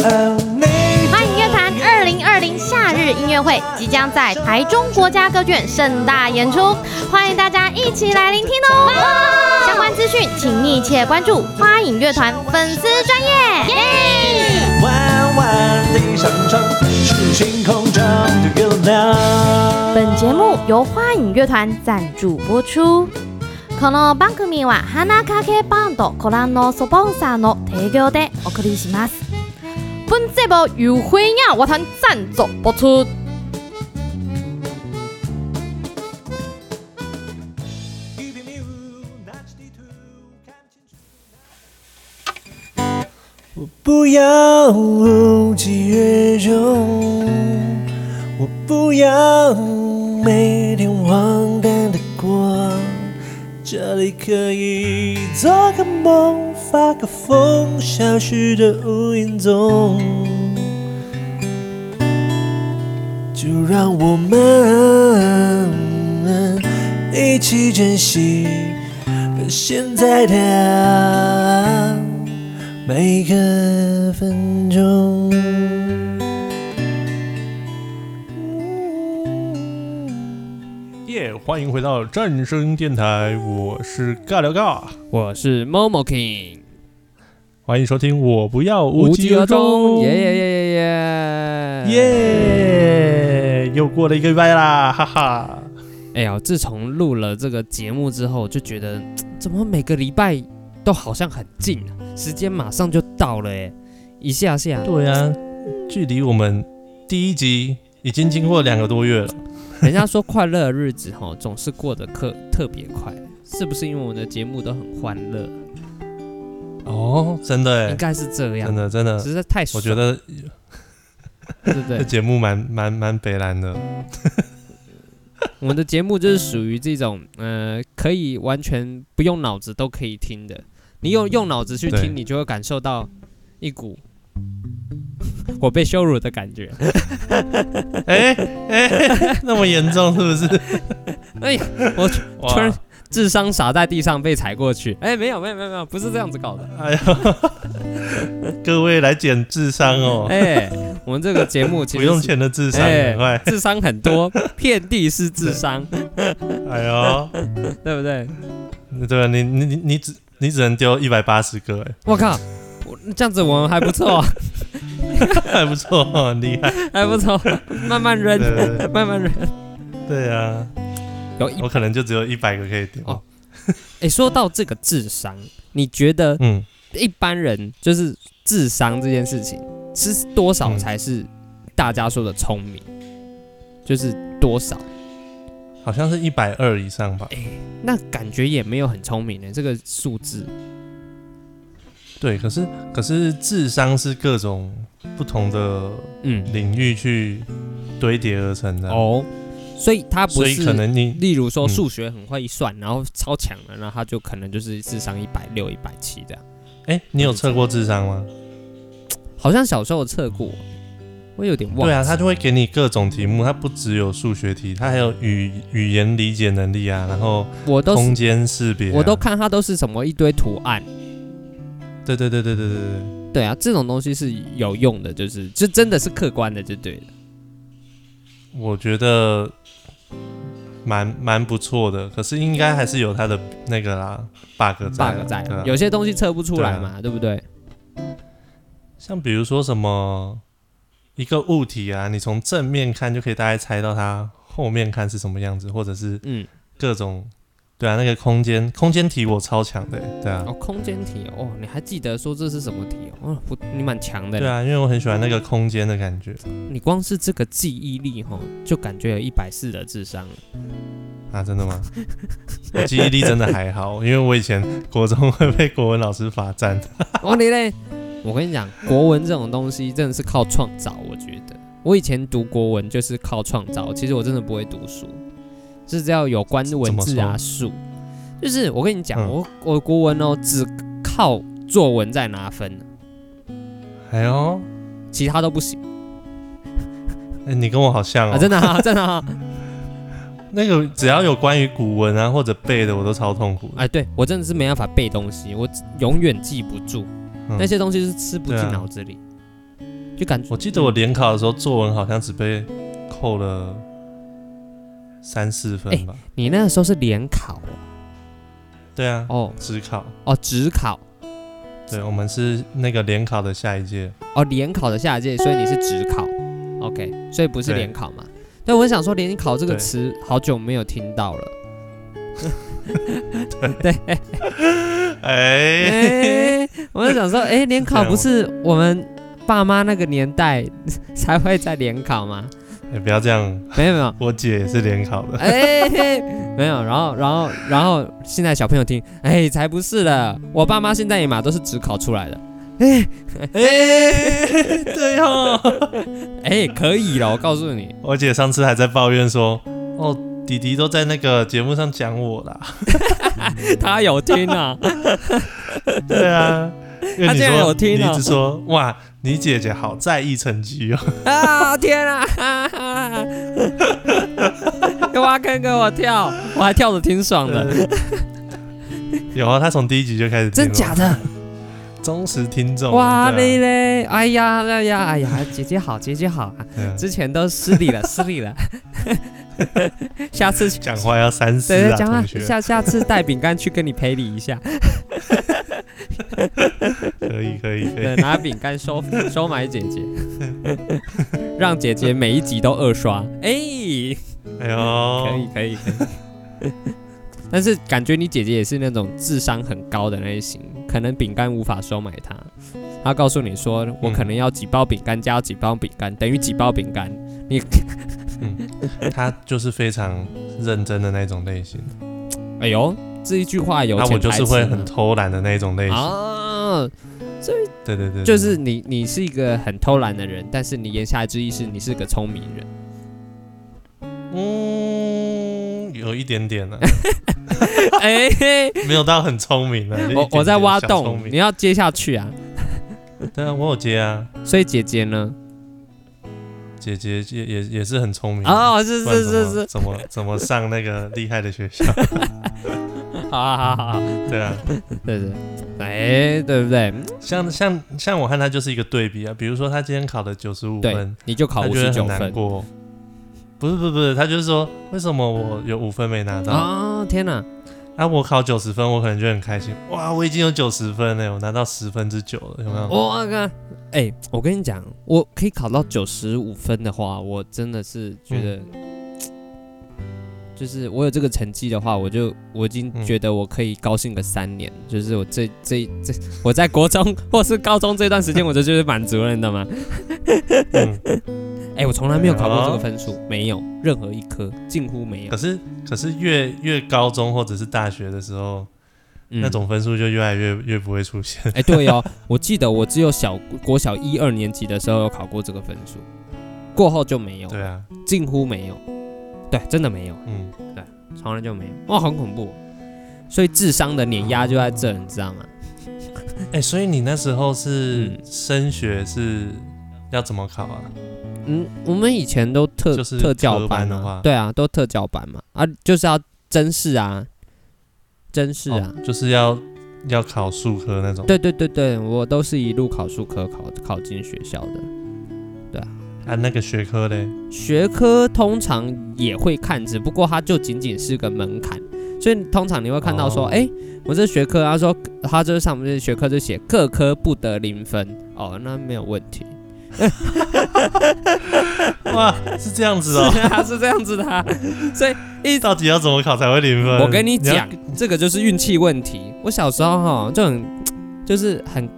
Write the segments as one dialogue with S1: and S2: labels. S1: 欢迎乐坛二零二零夏日音乐会即将在台中国家歌剧院盛大演出，欢迎大家一起来聆听哦。相关资讯请密切关注花影乐团粉丝专业。
S2: 弯弯的山川是星空中的月亮。
S1: 本节目由花影乐团赞助播出。この番組は花かけバンドコランのスポンサーの提供でお送りします。本节目由花影乐团赞助播出。
S2: 我不要无疾而终，我不要每天荒诞的过，这里可以做个梦，发个疯，消失的无影踪。就让我们一起珍惜现在的每个分钟。
S3: 耶、欢迎回到战声电台，我是尬聊尬，
S4: 我是 Momo King，
S3: 欢迎收听《我不要无疾而终》
S4: 耶耶耶耶耶！
S3: 耶又过了一个礼拜啦，哈哈。
S4: 哎呀，自从录了这个节目之后，就觉得怎么每个礼拜都好像很近啊，时间马上就到了哎，一下下。
S3: 对啊，距离我们第一集已经经过两个多月了。
S4: 人家说快乐的日子哈，总是过得特特别快，是不是因为我们的节目都很欢乐？
S3: 哦，真的
S4: 应
S3: 耶，
S4: 该啊是这样
S3: 真，的真的，
S4: 实在太
S3: 我
S4: 爽
S3: 觉得
S4: 了对不
S3: 这
S4: 对？
S3: 节目蛮蛮蛮北蓝的。
S4: 我们的节目就是属于这种，呃，可以完全不用脑子都可以听的。你用用脑子去
S3: 嗯对
S4: 听，你就会感受到一股 我被羞辱的感 觉。
S3: 哎哎，那么严重是不是？
S4: 哎呀，我突
S3: 哇
S4: 突然 智商洒在地上被踩过去。哎，没有没有没有没有，不是这样子搞的。
S3: 哎 呀，各位来减智商哦，
S4: 哎，我们这个节目其
S3: 不
S4: 实是
S3: 用，钱的智商，
S4: 哎
S3: 很 快。
S4: 智商 很多，遍地是智商，
S3: 哎呦，
S4: 对不对？
S3: 对啊，你你你你只你只能丢一百八十个，
S4: 我靠，我这样子我们还不错啊，
S3: 哎， 还不错，很厉害。
S4: 还不错，慢慢扔
S3: 对， 对对
S4: 慢慢扔，
S3: 对啊，
S4: 有一
S3: 我可能就只有一百个可以丢。
S4: 哦诶，说到这个智商，你觉得
S3: 嗯，
S4: 一般人就是智商这件事情是多少
S3: 嗯
S4: 才是大家说的聪明？就是多少？
S3: 好像是一百二以上吧。
S4: 那感觉也没有很聪明的、这个数字。
S3: 对，可是可是智商是各种不同的
S4: 嗯，
S3: 领域去堆叠而成的，啊
S4: 哦，所以他不
S3: 嗯所以
S4: 是
S3: 可能你
S4: 例如说
S3: 嗯
S4: 数学很会算，然后超强了，那他就可能就是智商一百六、一百七这样。
S3: 哎，你有测过智商吗？
S4: 好像小时候测过，我有点忘。
S3: 对啊，他就会给你各种题目，它不只有数学题，它还有语语言理解能力啊，然后
S4: 我都是
S3: 空间识别啊、
S4: 我都看他都是什么一堆图案。
S3: 对对对对对对对
S4: 对啊，这种东西是有用的，就是就真的是客观的，就对了。
S3: 对，我觉得蛮蛮不错的，可是应该还是有它的那个啦 bug 在啊
S4: bug 在
S3: 对啊
S4: 有些东西测不出
S3: 对
S4: 来
S3: 啊
S4: 嘛，对不对？
S3: 像比如说什么一个物体啊，你从正面看就可以大概猜到它后面看是什么样子，或者是
S4: 嗯，
S3: 各种对啊，那个空间空间题我超强的欸、对啊
S4: 哦，，空间题哦，你还记得说这是什么题哦？哦，不，你蛮强的。
S3: 对，啊，因为我很喜欢那个空间的感觉
S4: 你光是这个记忆力哈，就感觉有一百四的智商了。
S3: 啊，真的吗？我记忆力真的还好，因为我以前国中会被国文老师罚站，
S4: 哦，你嘞？我跟你讲，国文这种东西真的是靠创造，我觉得。我以前读国文就是靠创造，其实我真的不会读书，是只要有关文字
S3: 怎
S4: 啊
S3: 么说
S4: 数，就是我跟你讲，
S3: 嗯
S4: 我我国文哦只靠作文在拿分，
S3: 哎呦，
S4: 其他都不行
S3: 哎你跟我好像哦，
S4: 啊！真的啊，真 的啊！
S3: 那个只要有关于古文啊或者背的，我都超痛苦的。
S4: 哎，对我真的是没办法背东西，我永远记不住，
S3: 嗯
S4: 那些东西是吃不进
S3: 对啊
S4: 脑子里。就感觉
S3: 我记得我联考的时候，作文好像只被扣了三四分吧？
S4: 你那个时候是联考
S3: 对啊，
S4: 哦
S3: 只考。
S4: 哦哦，职考
S3: 对，我们是那个联考的下一 届。
S4: 哦，联考的下一届，所以你是职考，OK，所以不是
S3: 对
S4: 联考嘛？但我想说，联考这个
S3: 对
S4: 词好久没有听到了。
S3: 哎、
S4: 哎、我就想说，哎、联考不是我们爸妈那个年代才会在联考吗？
S3: 哎不要这样，
S4: 没有没 有，
S3: 我姐也是联考的。
S4: 哎、没有。然后然后然后，现在小朋友听，哎、才不是了，我爸妈现在也嘛都是只考出来的。哎、哎、对哦，哎、可以了，我告诉你，
S3: 我姐上次还在抱怨说，哦，弟弟都在那个节目上讲我啦。
S4: 他有听啊。
S3: 对啊，因为
S4: 她
S3: 你
S4: 竟然
S3: 说
S4: 有听
S3: 你
S4: 哦
S3: 一直说，哇，你姐姐好在意成绩哦。
S4: 啊！天啊！ 挖坑给我跳，我还跳的挺爽的，
S3: 有啊，她从第一集就开始听
S4: 真
S3: 了，
S4: 假的？
S3: 忠实听众。
S4: 哇
S3: 对啊
S4: 嘞嘞！哎呀哎呀哎呀！姐姐好，姐姐好啊！
S3: 对啊
S4: 之前都失 礼了，失礼了。 下次
S3: 讲话要三思
S4: 对对
S3: 啊，
S4: 讲话，
S3: 同学。
S4: 下下次带饼干去跟你赔礼一下，
S3: 可以可以可以
S4: 对，，拿饼干收收买姐 姐，让姐姐每一集都二刷。哎，
S3: 哎呦，
S4: 可以可以可以。 但是感觉你姐姐也是那种智商很高的类型，可能饼干无法收买她。她告诉你说，我可能要几包饼干加几包饼干，等于几包饼干。你，
S3: 他就是非常认真的那种类型，
S4: 哎呦，这一句话有
S3: 那我
S4: 潜
S3: 就
S4: 台
S3: 是
S4: 词
S3: 会
S4: 呢
S3: 很偷懒的那种类型。
S4: 啊，
S3: 对对对，对
S4: 就是你你是一个很偷懒的人，但是你言下之意是你是个聪明 人。
S3: 嗯，有一点点 了，
S4: 哎、嘿
S3: 没有到很聪明了。
S4: 我我在挖洞
S3: 动，，
S4: 你要接下去啊。
S3: 对啊，我有接啊，
S4: 所以姐姐呢？
S3: 姐姐也也也是很聪明啊，
S4: 哦，是
S3: 不然
S4: 是
S3: 怎
S4: 是
S3: 么
S4: 是，
S3: 怎么怎么上那个厉害的学校？
S4: 好好好好，
S3: 对啊，
S4: 对对，哎、对不对？
S3: 像像像我和他就是一个对比啊，比如说他今天考了九十五
S4: 对
S3: 分，，
S4: 你就考
S3: 他
S4: 五
S3: 觉得
S4: 十九
S3: 很难
S4: 分
S3: 过。不是不是不是，他就是说，为什么我有五分没拿到？
S4: 啊！天哪，
S3: 啊，我考九十分，我可能就很开心。哇，我已经有九十分了，我拿到十分之九了，有没有？
S4: 我个哎，我跟你讲，我可以考到九十五分的话，我真的是觉得，
S3: 嗯
S4: 就是我有这个成绩的话，我就我已经
S3: 嗯
S4: 觉得我可以高兴个三年，就是我这这这我在国中 或是高中这段时间，我就觉得满足了，你知道吗？
S3: 嗯，
S4: 哎，我从来没有考过这
S3: 哎
S4: 个
S3: 呦
S4: 分数，没有任何一科，近乎没有
S3: 可。是可是越越高中或者是大学的时候，
S4: 嗯
S3: 那种分数就越来越越不会出现。
S4: 哎，对哦，我记得我只有小国小一二年级的时候有考过这个分数，过后就没有。
S3: 对啊，
S4: 近乎没有，对，真的没有，
S3: 嗯，
S4: 从来就没有，哇，很恐怖。哦所以智商的碾压就在这，你知道吗？
S3: 哎、所以你那时候是
S4: 嗯
S3: 升学是要怎么考啊？
S4: 嗯，我们以前都特、
S3: 就是
S4: 特教
S3: 科班的
S4: 啊
S3: 话，
S4: 对啊，都特教班嘛，啊，就是要真试啊，真试啊，
S3: 哦就是要要考数科那种。
S4: 对对对对，我都是一路考数科考考进学校的。
S3: 啊，那个学科嘞，
S4: 学科通常也会看，只不过它就仅仅是个门槛，所以通常你会看到说，
S3: 哦
S4: 哎、我这学科，他说他这上面这学科就写各科不得零分，哦，那没有问题，
S3: 哇，是这样子哦。
S4: 是啊， 是这样子的啊、所以
S3: 到底要怎么考才会零分？
S4: 我跟你
S3: 要
S4: 讲，这个就是运气问题。我小时候哈就很就是很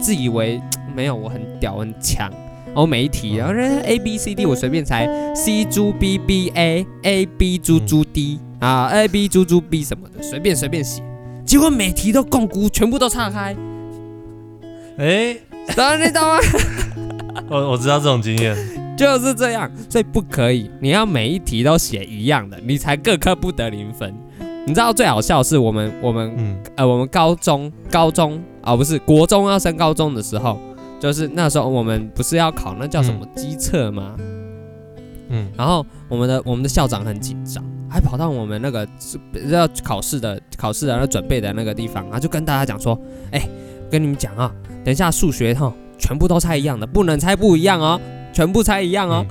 S4: 自以为没有我很屌很强，然后每一题，
S3: 嗯
S4: 然后人家 A B C D 我随便猜 C 猪 B B A A B 猪
S3: 嗯
S4: 猪 D 啊 A B 猪猪 B 什么的，随便随便写，结果每题都共估，全部都岔开，
S3: 哎、
S4: 然后你懂吗？
S3: 我我知道这种经验。
S4: 就是这样，所以不可以，你要每一题都写一样的，你才各科不得零分。你知道最好笑的是我们我们
S3: 嗯，
S4: 呃，我们高中高中啊、不是国中要升高中的时候，就是那时候我们不是要考那叫什么机测吗？
S3: 嗯
S4: 然后我们的我们的校长很紧张，还跑到我们那个要考试的考试的那准备的那个地方，然后就跟大家讲说，哎、跟你们讲啊，等一下数学哈、全全部都猜一样的，不能猜不一样哦，全部猜一样哦。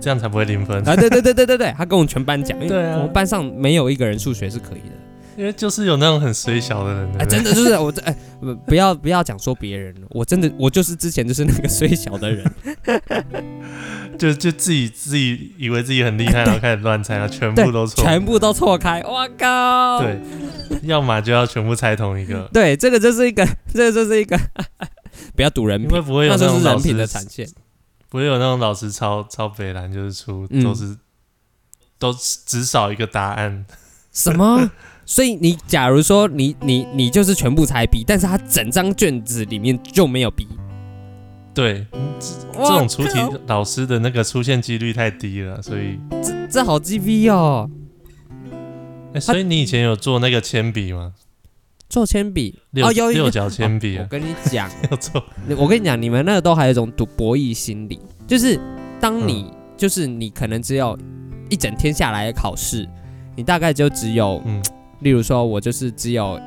S3: 这样才不会零分。
S4: 啊，对对对对对对，他跟我们全班讲，因为
S3: 嗯对啊
S4: 我们班上没有一个人数学是可以的。
S3: 因为就是有那种很水小的人，
S4: 哎，真
S3: 的
S4: 的就是我这哎，不不要不要讲说别人，我真的我就是之前就是那个虽小 的人，
S3: 就就自己自己以为自己很厉害，然后开始乱猜，然后全部都错。
S4: 啊全部都错开，我靠！
S3: 对，要么就要全部猜同一个，
S4: 对，这个就是一个，这个就是一个， 不要赌人
S3: 因
S4: 品
S3: 为，不会有
S4: 那
S3: 那
S4: 就
S3: 种
S4: 是
S3: 老
S4: 人
S3: 师
S4: 品的产线。
S3: 不会有那种老师超超北蓝，就是出
S4: 嗯
S3: 都是都只少一个答案，
S4: 什么？所以你假如说你你你就是全部猜 B，但是他整张卷子里面就没有 B，
S3: 对，这种出题老师的那个出现几率太低了，所以
S4: 嗯这好 G V 哦。
S3: 哎，所以你以前有做那个铅笔吗？
S4: 做铅笔
S3: 六
S4: 哦，有哦有
S3: 六角铅笔
S4: 我
S3: 啊，
S4: 跟你讲，
S3: 要做
S4: 你我跟你讲，你们那个都还有一种赌博弈心理，就是当你、就是你可能只有一整天下来的考试，你大概就只有，
S3: 嗯
S4: 例如说我就是只有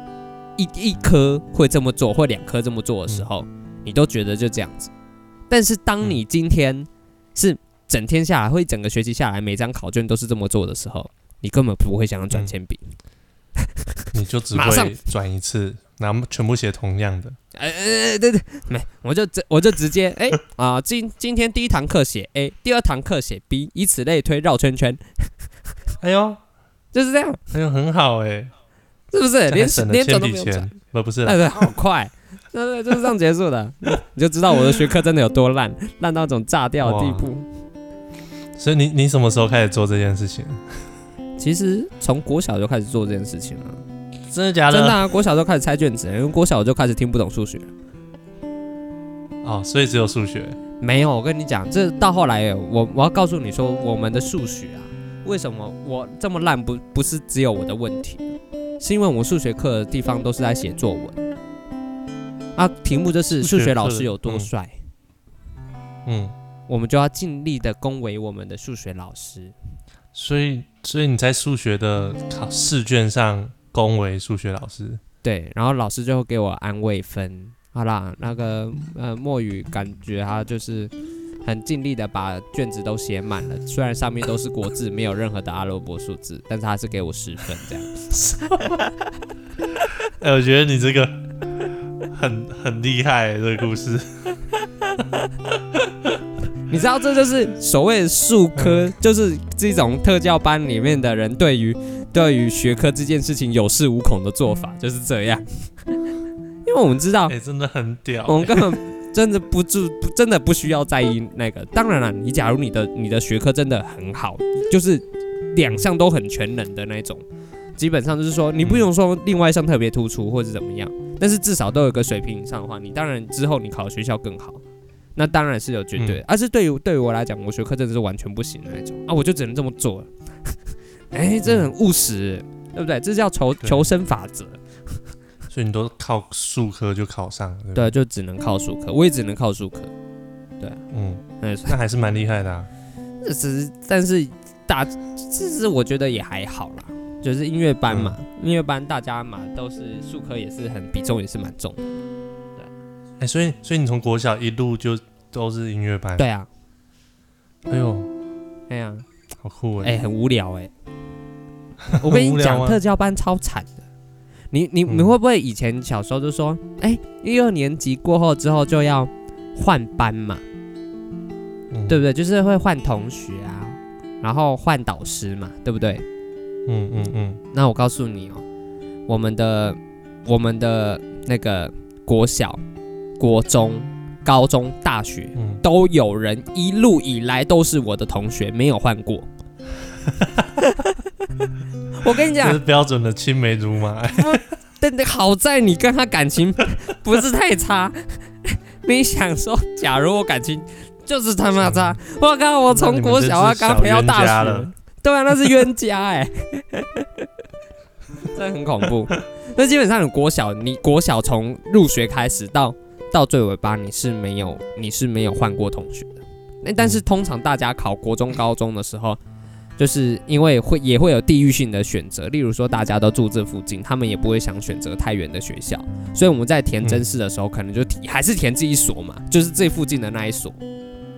S4: 一一科会这么做，或两科这么做的时候，你都觉得就这样子。但是当你今天是整天下来，或一整个学期下来，每张考卷都是这么做的时候，你根本不会想要转铅笔。
S3: 你就只
S4: 马上
S3: 会转一次，然后全部写同样的，
S4: 哎哎哎，对对，没，我就直我就直接哎啊、今今天第一堂课写 A，第二堂课写 B，以此类推，绕圈圈，
S3: 哎呦
S4: 就是这样，
S3: 哎呦很好哎，
S4: 是不是？
S3: 这还
S4: 连
S3: 省了
S4: 连转
S3: 铅
S4: 都
S3: 笔
S4: 不用转，哎
S3: 钱，不不是啦啊
S4: 对对，好快，对对，就是这样结束的， 你就知道我的学科真的有多烂，烂到那种炸掉的地步。
S3: 所以你你什么时候开始做这件事情？
S4: 其实从国小就开始做这件事情了，
S3: 啊真的假
S4: 真的、啊，国小就开始拆卷子，因为国小我就开始听不懂数学。
S3: 哦，所以只有数学。
S4: 没有，我跟你讲，这到后来，我我要告诉你说，我们的数学啊，为什么我这么烂不？不是只有我的问题，是因为我数学课的地方都是在写作文，啊，题目就是
S3: 数
S4: 数
S3: 学
S4: 学老
S3: 课的
S4: 师有多
S3: 嗯
S4: 帅，
S3: 嗯，
S4: 我们就要尽力的恭维我们的数学老师。
S3: 所以所以你在数学的考试卷上恭维数学老师，
S4: 对，然后老师就会给我安慰分。好啦，那个呃，墨雨感觉他就是很尽力的把卷子都写满了，虽然上面都是国字，没有任何的阿拉伯数字，但是他是给我十分这样。
S3: 哎、我觉得你这个很很厉害、这个故事。
S4: 你知道这就是所谓的数科，就是这种特教班里面的人对于对于学科这件事情有恃无恐的做法就是这样， 因为我们知道
S3: 哎、真的很屌、欸
S4: 我们根本真的不注，不真的不需要在意那个。当然了，你假如你的你的学科真的很好，就是两项都很全能的那种，基本上就是说你
S3: 嗯
S4: 不用说另外一项特别突出或者怎么样，但是至少都有个水平以上的话，你当然之后你考的学校更好。那当然是有绝
S3: 嗯
S4: 对的，而、是对于对于我来讲，我学科真的是完全不行的那种啊，我就只能这么做了。 哎、这很务实，对不对？这叫求
S3: 对
S4: 求生法则。
S3: 所以你都靠数科就考上了。对不
S4: 对，就只能靠数科，我也只能靠数科。
S3: 嗯，
S4: 嗯，
S3: 那还是蛮厉害的、啊。
S4: 这只是，但是大，其实我觉得也还好啦，就是音乐班
S3: 嗯
S4: 嘛，音乐班大家嘛都是数科也是很比重也是蛮重的。
S3: 哎、所以所以你从国小一路就都是音乐班。，
S4: 对啊，
S3: 哎呦，
S4: 哎呀、
S3: 好酷哎、
S4: 哎、很无聊哎、 我跟
S3: 很无
S4: 你
S3: 聊
S4: 讲，
S3: 吗
S4: 特教班超惨的。你你你
S3: 嗯
S4: 会不会以前小时候就说，哎、一二年级过后之后就要换班嘛，
S3: 嗯
S4: 对不对？就是会换同学啊，然后换导师嘛，对不对？
S3: 嗯嗯嗯，
S4: 那我告诉你哦，我们的我们的那个国小、国中、高中、大学
S3: 嗯
S4: 都有人一路以来都是我的同学，没有换过。 我跟你
S3: 这
S4: 讲
S3: 是，标准的青梅竹马、哎
S4: 但但好在你跟他感情不是太 差。你想说，假如我感情就是他妈 差，我靠，我从国小啊要跟他培到大
S3: 那你们就是小冤家
S4: 学
S3: 了，
S4: 对啊，那是冤家哎、 真的很恐怖。那基本上你国小，你国小从入学开始到到最尾巴，你是没有你是没有换过同学的。那但是通常大家考国中、高中的时候，就是因为会也会有地域性的选择，例如说大家都住这附近，他们也不会想选择太远的学校，所以我们在填真试的时候，可能就填还是填这一所嘛，就是这附近的那一所。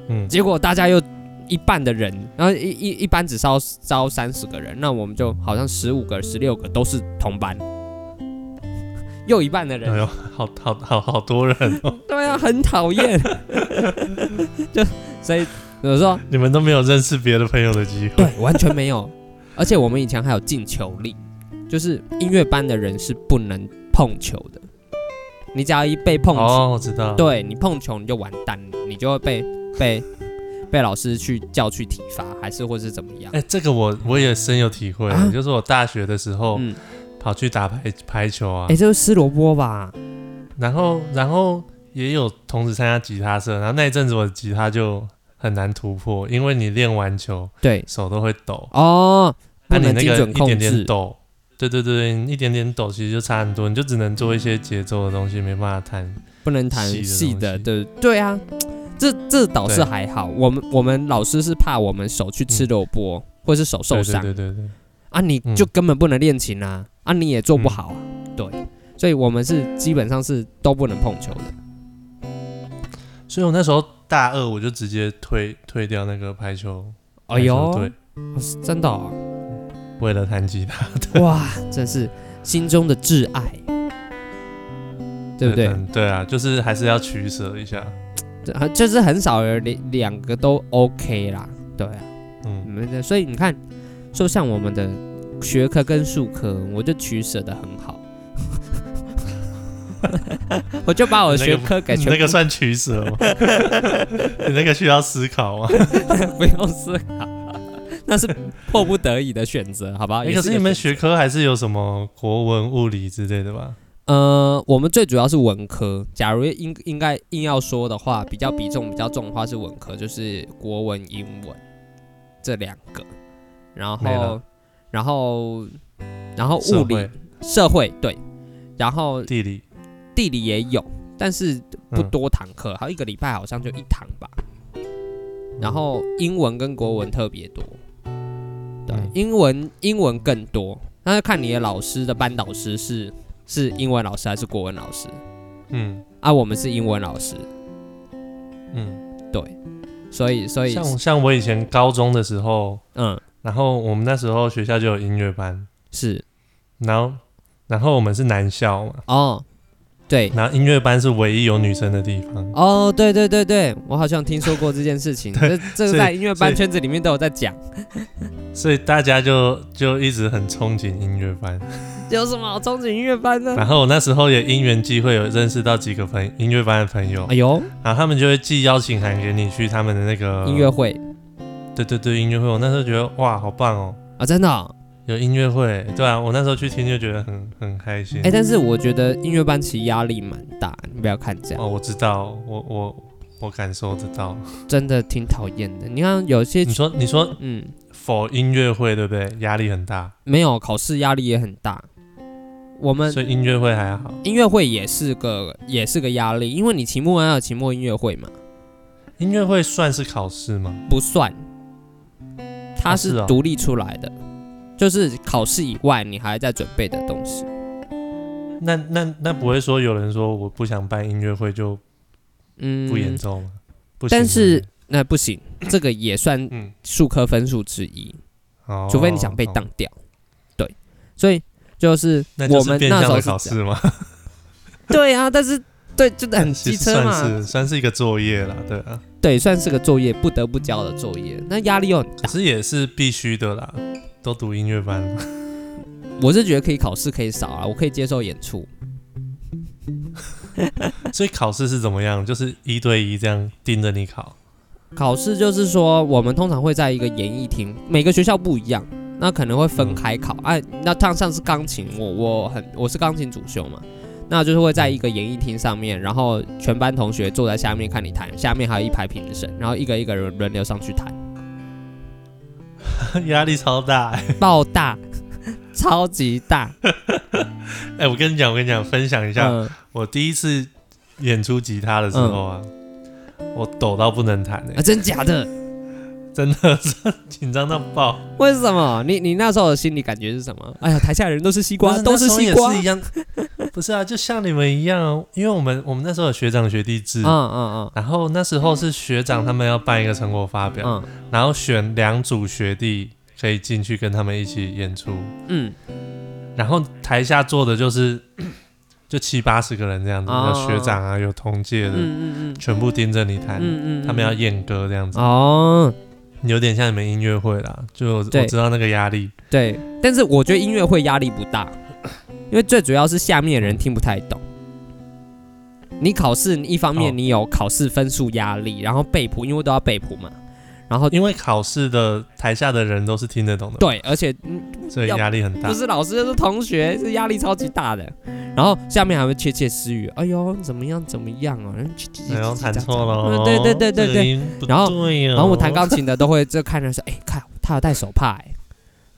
S3: 嗯，
S4: 结果大家又一半的人，然后一一一班只招招三十个人，那我们就好像十五个、十六个都是同班， 又一半的人
S3: 哎呦，好好好好多人哦，
S4: 对啊，很讨厌。就所以我说，
S3: 你们都没有认识别的朋友的机会
S4: 对，完全没有。而且我们以前还有进球力，就是音乐班的人是不能碰球的。你只要一被碰球，
S3: 哦，我知道，，
S4: 对你碰球你就完蛋，你就会被被被老师去叫去体罚，还是或是怎么样？
S3: 哎，这个我我也深有体会，
S4: 啊
S3: 就是我大学的时候
S4: 嗯，
S3: 跑去打排排球啊
S4: 哎、，这是吃萝卜吧？
S3: 然后
S4: 嗯
S3: 然后也有同时参加吉他社，然后那一阵子我的吉他就很难突破，因为你练完球
S4: 对，
S3: 手都会抖，
S4: 哦，不
S3: 那你
S4: 能
S3: 那
S4: 精
S3: 个
S4: 准
S3: 一
S4: 控制。
S3: 点点抖。对对对，你一点点抖其实就差很多，你就只能做一些节奏的东西，没办法弹。
S4: 不能弹
S3: 细的
S4: 细
S3: 东
S4: 的，
S3: 西
S4: 对对啊，这这倒是
S3: 对
S4: 还好。我们我们老师是怕我们手去吃萝卜，或是手受
S3: 嗯对
S4: 伤
S3: 对对对对，
S4: 啊，你
S3: 嗯
S4: 就根本不能练琴啊，啊你也做不好啊，对，所以我们是基本上是都不能碰球的。
S3: 所以我那时候大二我就直接推推掉那个排球，
S4: 哎
S3: 排
S4: 呦，
S3: 球队，
S4: 哦是真的哦、
S3: 为了弹吉他，
S4: 哇，真是心中的挚爱，对不对？
S3: 嗯对啊，就是还是要取舍一下。
S4: 这很就是很少有两两个都 OK 啦，对啊。
S3: 嗯，
S4: 没的，所以你看，就像我们的学科跟术科，我就取舍的很好， 我就把我学科给
S3: 你
S4: 全部、
S3: 那个算取舍吗？ 你那个需要思考吗？
S4: 不用思考，那是迫不得已的选择，好吧？
S3: 哎
S4: 啊也
S3: 可是你们
S4: 一
S3: 学
S4: 个选择
S3: 科还是有什么国文、物理之类的吧？
S4: 呃，我们最主要是文科，假如应应该硬要说的话，比较比重比较重的话是文科，就是国文、英文这两个，然
S3: 没
S4: 后
S3: 了
S4: 然后然后哦物
S3: 社
S4: 理
S3: 会、
S4: 社会对，然后
S3: 地理
S4: 地理也有，但是不
S3: 嗯
S4: 多堂课，好像一个礼拜好像就一堂吧。然后英文跟国文特别多，对，
S3: 嗯
S4: 英文英文更多，那就看你的老师的班导师是是英文老师还是国文老师
S3: 嗯
S4: 啊？我们是英文老师，
S3: 嗯，
S4: 所以所以
S3: 像像我以前高中的时候，
S4: 嗯
S3: 然后我们那时候学校就有音乐班，
S4: 是
S3: 然后然后我们是男校嘛，
S4: 哦，对
S3: 然后音乐班是唯一有女生的地方。
S4: 哦对对对对，我好像听说过这件事情，这这
S3: 所
S4: 个
S3: 以
S4: 在音乐
S3: 所
S4: 班
S3: 以
S4: 圈子里面都有在讲。
S3: 所以大家就就一直很憧憬音乐 班。
S4: 有什么好憧憬音乐班呢？
S3: 然后我那时候也因缘际会有认识到几个朋音乐班的朋友
S4: 哎，呦，
S3: 然后他们就会寄邀请函给你去他们的那个
S4: 音乐，会
S3: 对对对，音乐会。我那时候觉得哇，好棒哦，
S4: 啊，真的哦、
S3: 有音乐会，对啊，我那时候去听就觉得很很开心。
S4: 哎、但是我觉得音乐班其实压力蛮大，你不要看这样，
S3: 哦，我知道，我我我感受得到。
S4: 真的挺讨厌的。你看有些
S3: 你，说你说
S4: 嗯，
S3: 否音乐会对不对？压力很大，
S4: 没有考试压力也很大。我们
S3: 所以音乐会还好。
S4: 音乐会也是个也是个压力，因为你期末要有期末音乐会嘛，
S3: 音乐会算是考试吗？
S4: 不算，它
S3: 啊
S4: 是
S3: 是啊
S4: 独立出来的，就是考试以外你还在准备的东西。
S3: 那那那不会说有人说我不想办音乐会就
S4: 嗯，
S3: 不严重吗？不行
S4: 但是
S3: 对
S4: 那不行，这个也算
S3: 不对嗯，
S4: 数科分数之一，
S3: 哦
S4: 嗯除非你想被当，掉。对，所以就是
S3: 那就
S4: 我
S3: 是
S4: 们
S3: 变
S4: 那时
S3: 相
S4: 候
S3: 的
S4: 是这
S3: 考
S4: 样。
S3: 试嘛，
S4: 对啊，但是对，就 很
S3: 其
S4: 机
S3: 实
S4: 车
S3: 算
S4: 嘛，
S3: 是算是一个作业啦，对啊，
S4: 对，算是个作业，不得不交的作业，那压力又很
S3: 可
S4: 大。
S3: 是也是必须的啦，都读音乐班，
S4: 我是觉得可以考试可以少啊，我可以接受演出，
S3: 所以考试是怎么样？就是一对一这样盯着你考，
S4: 考试就是说我们通常会在一个演艺厅，每个学校不一样，那可能会
S3: 嗯
S4: 分开考。哎、那像上是钢琴，我我很我是钢琴主修嘛。那就是会在一个演艺厅上面，然后全班同学坐在下面看你弹，下面还有一排评审，然后一个一个人轮流上去弹，
S3: 压力超大、欸。
S4: 爆大， 超级大。
S3: 哎、我跟你讲，我跟你讲，分享一下，
S4: 嗯，
S3: 我第一次
S4: 嗯
S3: 演出吉他的时候啊，我抖到不能弹哎、
S4: 啊，真假的？
S3: 真的是紧张到爆。
S4: 为什么？你你那时候的心理感觉是什么？哎呀，台下的人都是西瓜，
S3: 不
S4: 都
S3: 那时候
S4: 西瓜
S3: 也是一。样， 不是啊，就像你们一样哦，因为我们我们那时候有学长学弟制
S4: 嗯，嗯
S3: 然后那时候是学长他们要办一个成果发表，
S4: 嗯
S3: 然后选两组学弟可以进去跟他们一起演出，
S4: 嗯
S3: 然后台下坐的就是 就七八十个人这样子，
S4: 哦
S3: 有学长啊，有同届
S4: 嗯
S3: 的，
S4: 嗯嗯
S3: 全部盯着你弹，
S4: 嗯嗯，
S3: 他们要验歌这样子，
S4: 哦，
S3: 有点像你们音乐会啦，就我
S4: 对
S3: 知道那个压力，
S4: 对，但是我觉得音乐会压力不大，因为最主要是下面的人听不太懂。你考试，你一方
S3: 哦
S4: 面你有考试分数压力，然后背谱，因为都要背谱嘛。然后
S3: 因为考试的台下的人都是听得懂的，
S4: 对，而且嗯
S3: 所以
S4: 要
S3: 压力很大
S4: 不。是老师就是同学，是压力超级大的。然后下面还会窃窃私语，哎呦怎么样怎么样啊，
S3: 然后哎弹错了
S4: 嗯
S3: 哦，
S4: 对对对对
S3: 这
S4: 对
S3: 个音不
S4: 然后
S3: 对哦
S4: 然后我弹，钢琴的都会就看着说，哎、看他有戴手帕、哎，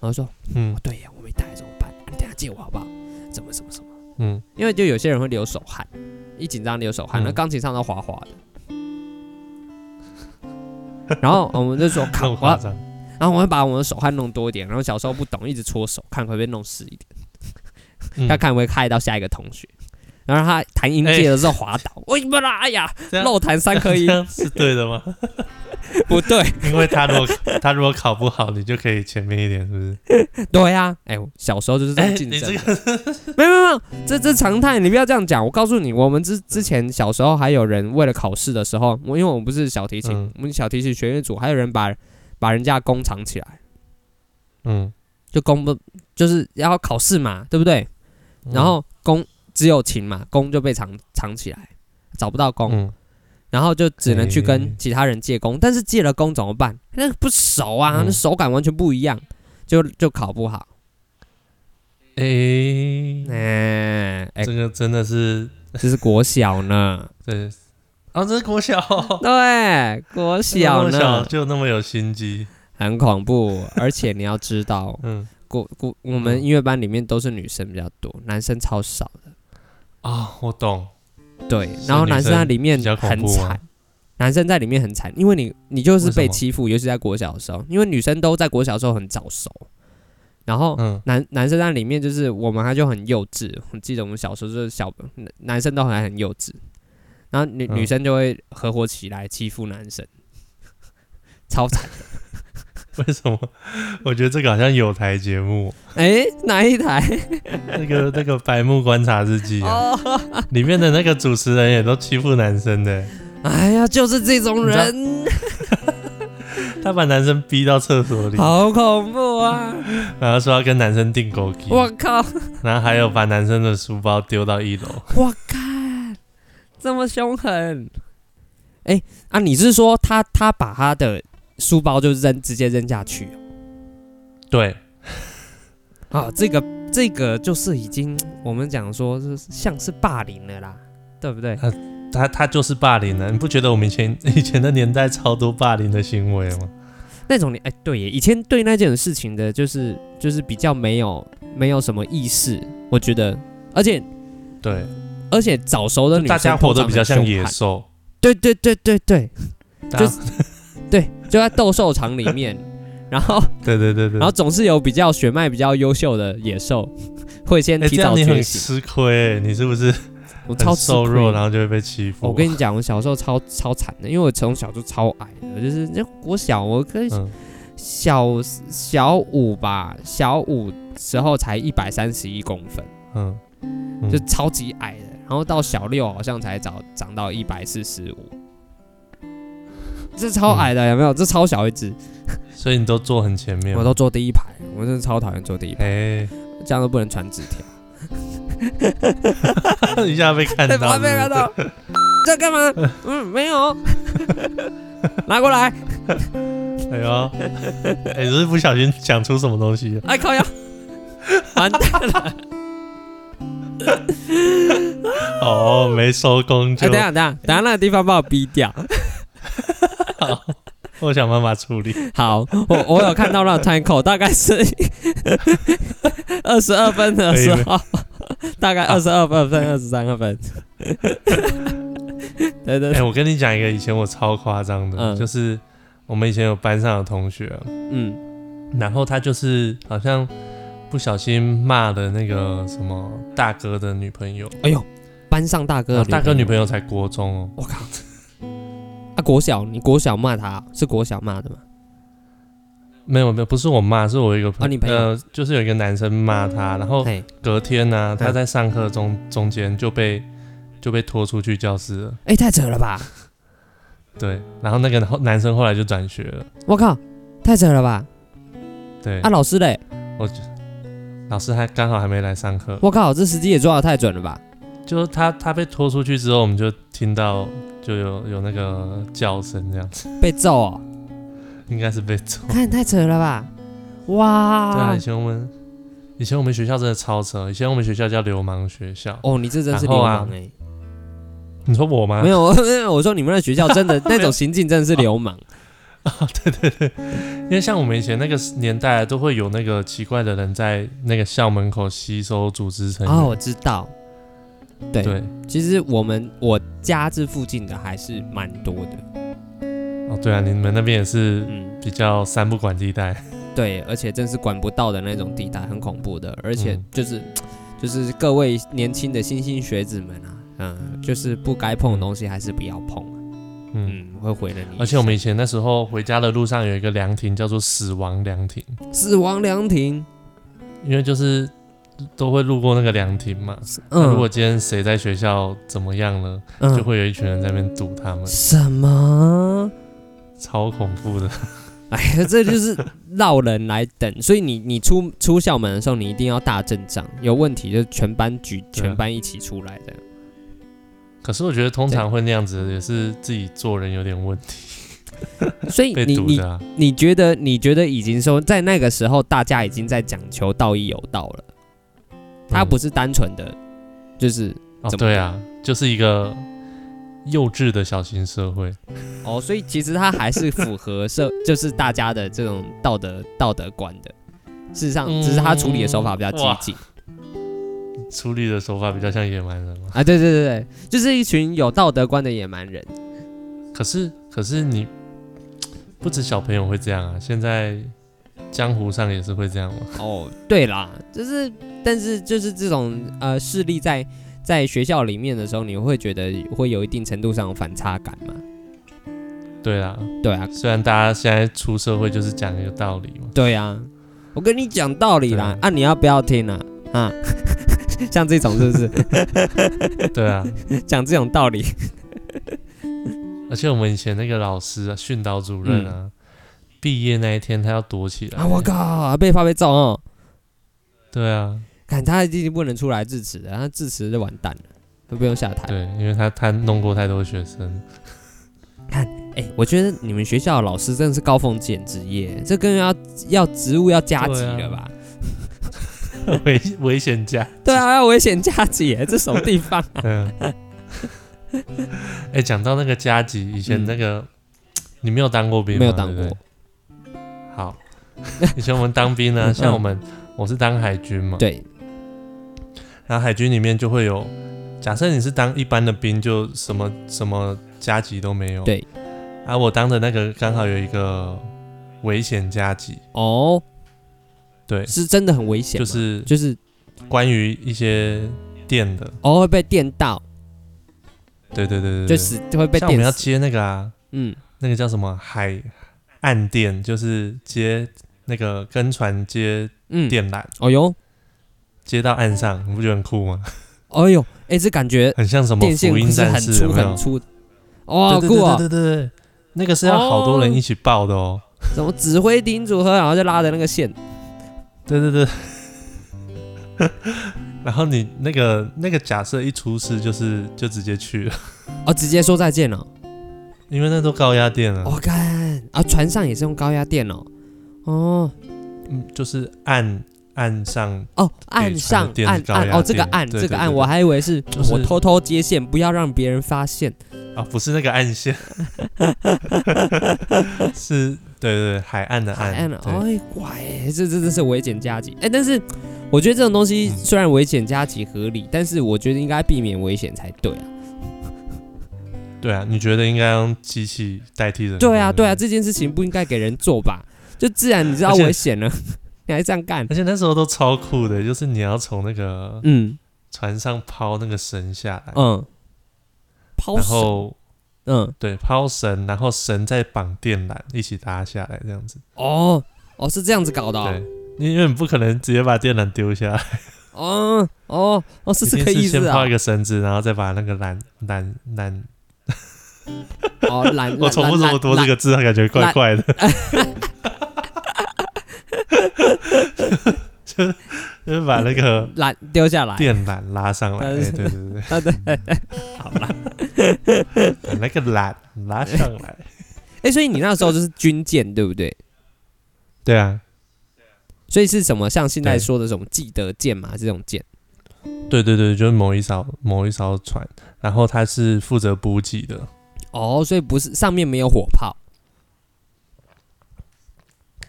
S4: 然后说，
S3: 嗯
S4: 哦对呀，我没戴怎么办？你等一下借我好不好？怎么怎么怎么？
S3: 嗯，
S4: 因为就有些人会流手汗，一紧张流手
S3: 嗯
S4: 汗，那钢琴上都滑滑的。然后我们 就说，
S3: 那
S4: 看
S3: 么
S4: 我
S3: 夸
S4: 要，
S3: 张，
S4: 然后我会把我的手汗弄多一点。然后小时候不懂，一直搓手，看会不会弄湿一点，
S3: 嗯
S4: 他看会不会害到下一个同学。然后他弹音阶的时候滑倒，我的妈哎呀，
S3: 这样
S4: 漏弹三颗音
S3: 这，样是对的吗？
S4: 不对，
S3: 因为他如果他如果考不好，你就可以前面一点，是不是？
S4: 对呀、哎，我小时候就是这
S3: 哎、
S4: 样竞
S3: 你
S4: 争的。
S3: 这个
S4: 没有没有没有，这这常态，你不要这样讲。我告诉你，我们之之前小时候还有人为了考试的时候，我因为我们不是小提琴，
S3: 嗯
S4: 我们小提琴学院组还有人把把人家工藏起来，
S3: 嗯，
S4: 就公不就是要考试嘛，对不对？
S3: 嗯
S4: 然后工只有琴嘛，工就被藏藏起来，找不到工，
S3: 嗯，
S4: 然后就只能去
S3: 诶
S4: 跟其他人借工。但是借了工怎么办？那个不熟啊，
S3: 嗯
S4: 那手感完全不一样，就就考不好。
S3: 哎、
S4: 哎、哎、
S3: 这个真的是
S4: 这是国小呢。
S3: 对，啊，这是国小，
S4: 对，国 小
S3: 国小
S4: 呢，
S3: 就那么有心机，
S4: 很恐怖，而且你要知道，
S3: 嗯，
S4: 国国我们音乐班里面都是女生比较多，男生超少的。
S3: 啊、我懂，
S4: 对，
S3: 是
S4: 然后男生在里面
S3: 女生比较恐
S4: 很
S3: 怖吗
S4: 惨，男生在里面很惨，因为你你就是
S3: 为什
S4: 被
S3: 么
S4: 欺负，尤其在国小的时候，因为女生都在国小的时候很早熟，然后
S3: 嗯
S4: 男男生在里面就是我们他就很幼稚，我记得我们小时候就是小男男生都还很幼稚，然后女、
S3: 嗯
S4: 女生就会合伙起来欺负男生， 超惨。
S3: 为什么？我觉得这个好像有台节目，
S4: 哎，哪一台？
S3: 那个 那个《白木观察日记》啊，
S4: 哦，
S3: 里面的那个主持人也都欺负男生的，
S4: 哎呀，就是这种人，
S3: 他把男生逼到厕所里，
S4: 好恐怖啊！
S3: 然后说要跟男生订狗机，
S4: 我靠，
S3: 然后还有把男生的书包丢到一楼。
S4: 我靠，这么凶狠！哎啊，你是说他他把他的书包就扔直接扔下去
S3: 对，
S4: 啊？这个这个就是已经我们讲说是像是霸凌了啦，对不对？
S3: 他他就是霸凌了，你不觉得我们以前 以前的年代超多霸凌的行为吗？
S4: 那种你哎、对耶，以前对那件事情的，就是就是比较没有没有什么意识，我觉得，而且
S3: 对，
S4: 而且早熟的女生
S3: 大家活得比较像野
S4: 通常很凶悍，
S3: 兽，
S4: 对对对对对
S3: 大
S4: 就是对，就在斗兽场里面，然后
S3: 对对对对，
S4: 然后总是有比较血脉比较优秀的野兽会先
S3: 哎、
S4: 提
S3: 这样
S4: 早
S3: 你
S4: 觉
S3: 很
S4: 醒，
S3: 吃亏、你是不是
S4: 我超
S3: 很
S4: 吃
S3: 瘦弱，
S4: 亏
S3: 然后就会被欺负？
S4: 我跟你讲，我小时候超超惨的，因为我从小就超矮的，我就是那我小我跟
S3: 嗯
S4: 小、小五吧，小五时候才一百三十一公分，
S3: 嗯
S4: 就超级矮的。然后到小六好像才长长到一百四十五，这
S3: 嗯
S4: 超矮的有没有？这超小一只，
S3: 所以你都坐很前面吗，
S4: 我都坐第一排，我真的超讨厌坐第一排，
S3: 哎、
S4: 这样都不能传纸条。
S3: 一下被看
S4: 对，
S3: 到，
S4: 不会被看 到。在干嘛？嗯，没有。拿过来，
S3: 是不是，哎呦， 哎、你是不是不小心讲出什么东西了？
S4: 哎，靠呀！完蛋了！
S3: 哦，没收工
S4: 哎，
S3: 就
S4: 等一，下，等一下，等一下，那个地方把我逼掉。
S3: 我想办法处 理。
S4: 好，我我有看到 那个 time code，大概是二十二分的时候， 大概二十二分、二十三 分。对对
S3: 哎、
S4: 对，
S3: 我跟你讲一个以前我超夸张的，
S4: 嗯
S3: 就是我们以前有班上的同学，
S4: 嗯，
S3: 然后他就是好像不小心骂了那个什么大哥的女朋友，
S4: 哎呦，班上大哥
S3: 然
S4: 的
S3: 后啊哦大哥女朋
S4: 友，
S3: 友才国中哦，
S4: 我靠！啊，国小你国小骂他是国小骂的吗？
S3: 没有没有，不是我骂，是我一个
S4: 啊你朋友
S3: 呃，就是有一个男生骂他，然后
S4: 哎
S3: 隔天呢、他
S4: 嗯
S3: 在上课中中间就被就被拖出去教室了，
S4: 哎，太扯了吧！
S3: 对，然后那个后男生后来就转学了，
S4: 我靠，太扯了吧！
S3: 对，
S4: 啊，老师嘞，
S3: 我就老师还刚好还没来上课，
S4: 我靠，这时机也抓的太准了吧！
S3: 就是他他被拖出去之后，我们就听到就有有那个叫声这样子，
S4: 被揍哦，
S3: 应该是被揍。
S4: 看太扯了吧！
S3: 对啊，
S4: 哇
S3: 以，前我们以前我们学校真的超扯，以前我们学校叫流氓学校。
S4: 哦，你这真
S3: 然
S4: 是流
S3: 后啊啊
S4: 氓哎！
S3: 你说我吗？
S4: 没有，没有，我说 你们那学校 真的那种行径真的是流氓。
S3: 因为像我们以前那个年代，啊都会有那个奇怪的人在那个校门口吸收组织成员。
S4: 哦，我知道。对，
S3: 对，
S4: 其实我们我家这附近的还是蛮多的，
S3: 哦对啊，你们那边也是
S4: 嗯，
S3: 比较三不管地带。
S4: 对，而且真是管不到的那种地带，很恐怖的，而且
S3: 嗯
S4: 就是、就是各位年轻的新兴学子们啊，嗯，就是不该碰的东西还是不要碰啊，
S3: 嗯，
S4: 嗯，会毁了你一生。
S3: 而且我们以前那时候回家的路上有一个凉亭，叫做死亡凉亭，
S4: 死亡凉亭，
S3: 因为就是都会路过那个凉亭嘛。那
S4: 嗯，
S3: 如果今天谁在学校怎么样了，
S4: 嗯
S3: 就会有一群人在那边堵他们，
S4: 什么？
S3: 超恐怖的。
S4: 哎呀，这就是绕人来等，所以你你出出校门的时候，你一定要大阵仗，有问题就全班举
S3: 对啊
S4: 全班一起出来这样。
S3: 可是我觉得通常会那样子，也是自己做人有点问题，
S4: 所以
S3: 被
S4: 你
S3: 堵
S4: 你
S3: 的啊。
S4: 你觉得你觉得已经说在那个时候，大家已经在讲求道义有道了，他
S3: 嗯
S4: 不是单纯的，就是
S3: 哦，
S4: 怎么
S3: 对啊，就是一个幼稚的小型社会。
S4: 哦，所以其实他还是符合社， 就是大家的这种道德道德观的。事实上，
S3: 嗯
S4: 只是他处理的手法比较激
S3: 哇
S4: 进。
S3: 处理的手法比较像野蛮人嘛。
S4: 啊，对对对对，就是一群有道德观的野蛮人。
S3: 可是，可是你不止小朋友会这样啊，现在江湖上也是会这样嘛。
S4: 哦，对啦，就是，但是就是这种呃势力在在学校里面的时候，你会觉得会有一定程度上有反差感嘛？
S3: 对啦，
S4: 对啊，
S3: 虽然大家现在出社会就是讲一个道理嘛，
S4: 对啊，我跟你讲道理啦，啊，你要不要听啊？啊， 像这种是不 是
S3: 对啊。
S4: 讲这种道理？
S3: 而且我们以前那个老师啊，训导主任啊，毕业那一天他要躲起来
S4: 嗯啊，我靠，被发被揍哦！
S3: 对啊，
S4: 看他一定不能出来致辞的，他致辞就完蛋了，都不用下台。
S3: 对，因为他他弄过太多学生，
S4: 哎、我觉得你们学校的老师真的是高风险职业，这跟要要职务要加级
S3: 对啊
S4: 了吧？
S3: 危危险家。
S4: 对啊，要危险加级，这什么地方 啊？
S3: 嗯，哎，讲到那个加急，以前那个、你没有当过兵吗？
S4: 嗯没有当过
S3: 对不对好， 以前我们当兵呢，
S4: 嗯
S3: 像我们我是当海军嘛，，
S4: 对，
S3: 然后海军里面就会有，假设你是当一般的兵，就什么什么加急都没有。
S4: 对，
S3: 啊，我当的那个刚好有一个危险加急，
S4: 哦，
S3: 对，
S4: 是真的很危险
S3: 就
S4: 吗，
S3: 是
S4: 就是
S3: 关于一些电的，
S4: 哦会被电到，
S3: 对对对对
S4: 就
S3: 对，
S4: 死会被
S3: 像我们
S4: 电
S3: 要
S4: 死。
S3: 接那个啊，
S4: 嗯，
S3: 那个叫什么海岸电，就是接那个跟船接
S4: 嗯，
S3: 电缆，
S4: 哦呦，
S3: 接到岸上，你不觉得很酷吗？
S4: 哦呦，哎，这感觉
S3: 很像什么
S4: 电线
S3: 福音
S4: 不是
S3: 战
S4: 很
S3: 士，
S4: 粗
S3: 有没有
S4: 很？粗的，哦，好
S3: 对
S4: 酷
S3: 对
S4: 哦，
S3: 对对对对，那个是要好多人一起抱的哦。
S4: 什么指挥艇组合，然后就拉着那个线，
S3: 对对对。 然后你那个那个假设一出事，就是就直接去了，
S4: 哦，直接说再见了。
S3: 因为那都高压电了，
S4: 我干啊，船上也是用高压电哦，哦
S3: 嗯，就是岸岸上
S4: 哦，岸
S3: 给船
S4: 上
S3: 的电
S4: 岸
S3: 是高压
S4: 岸哦，这个
S3: 电
S4: 岸
S3: 对
S4: 这个
S3: 对
S4: 岸，
S3: 对
S4: 我还以为是
S3: 就是
S4: 我偷偷接线，不要让别人发现。
S3: 啊，不是那个岸 线，是对对对海岸的岸，
S4: 海岸了，
S3: 对
S4: 哎，哇，哎这这这是危险加急，哎，但是我觉得这种东西
S3: 嗯
S4: 虽
S3: 嗯
S4: 然危险加急合理，但是我觉得应该避免危险才对啊。
S3: 对啊，你觉得应该用机器代替人？
S4: 对啊，
S3: 不
S4: 对啊，。这件事情不应该给人做吧？就自然你知道
S3: 而且
S4: 危险了，你还这样干？
S3: 而且那时候都超酷的，就是你要从那个
S4: 嗯
S3: 船上抛那个绳下来，
S4: 嗯，抛
S3: 然
S4: 绳，
S3: 后
S4: 嗯，
S3: 对抛绳，然后绳再绑电缆一起搭下来，这样子。
S4: 哦哦，是这样子搞的哦
S3: 对，因为你不可能直接把电缆丢下来，
S4: 哦哦哦，是
S3: 一
S4: 这
S3: 定
S4: 个意
S3: 先
S4: 思
S3: 抛
S4: 啊
S3: 一！个绳子，然后再把那个缆缆缆，
S4: 哦，懒，
S3: 我重复这么多这
S4: 个
S3: 个字，感觉怪怪的。 就就是把那个
S4: 懒丢下来，
S3: 电缆拉上 来，哎
S4: 但是
S3: 对对对，
S4: 啊对，
S3: 把那个缆拉上来。
S4: 哎，所以你那时候就是军舰，对不对？
S3: 对啊，
S4: 所以是什么？像现在
S3: 对
S4: 说的什么记得舰嘛，这种舰
S3: 对对对，就是某一艘某一艘船，然后他是负责补给的，
S4: 哦，所以不是上面没有火炮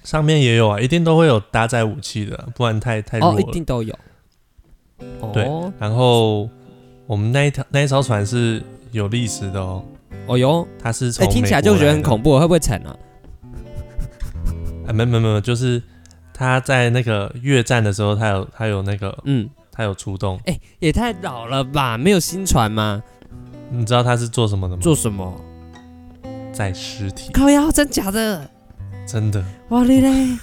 S3: 上面也有啊，一定都会有搭载武器的，不然太太弱
S4: 哦，
S3: 了。
S4: 一定都有。
S3: 对
S4: 哦，
S3: 然后我们那一条那一艘船是有历史的哦，
S4: 哦哟，
S3: 它是
S4: 哎，
S3: 从
S4: 听起来
S3: 美国
S4: 就觉得
S3: 来
S4: 很
S3: 的
S4: 恐怖，会不会沉啊？
S3: 啊，没没没，就是他在那个越战的时候，他有他有那个
S4: 嗯，
S3: 他有出动，
S4: 哎，也太老了吧？没有新船吗？
S3: 你知道他是做什么的吗？
S4: 做什么？
S3: 载尸体，
S4: 靠腰，真假的？
S3: 真的
S4: 哇嘞嘞！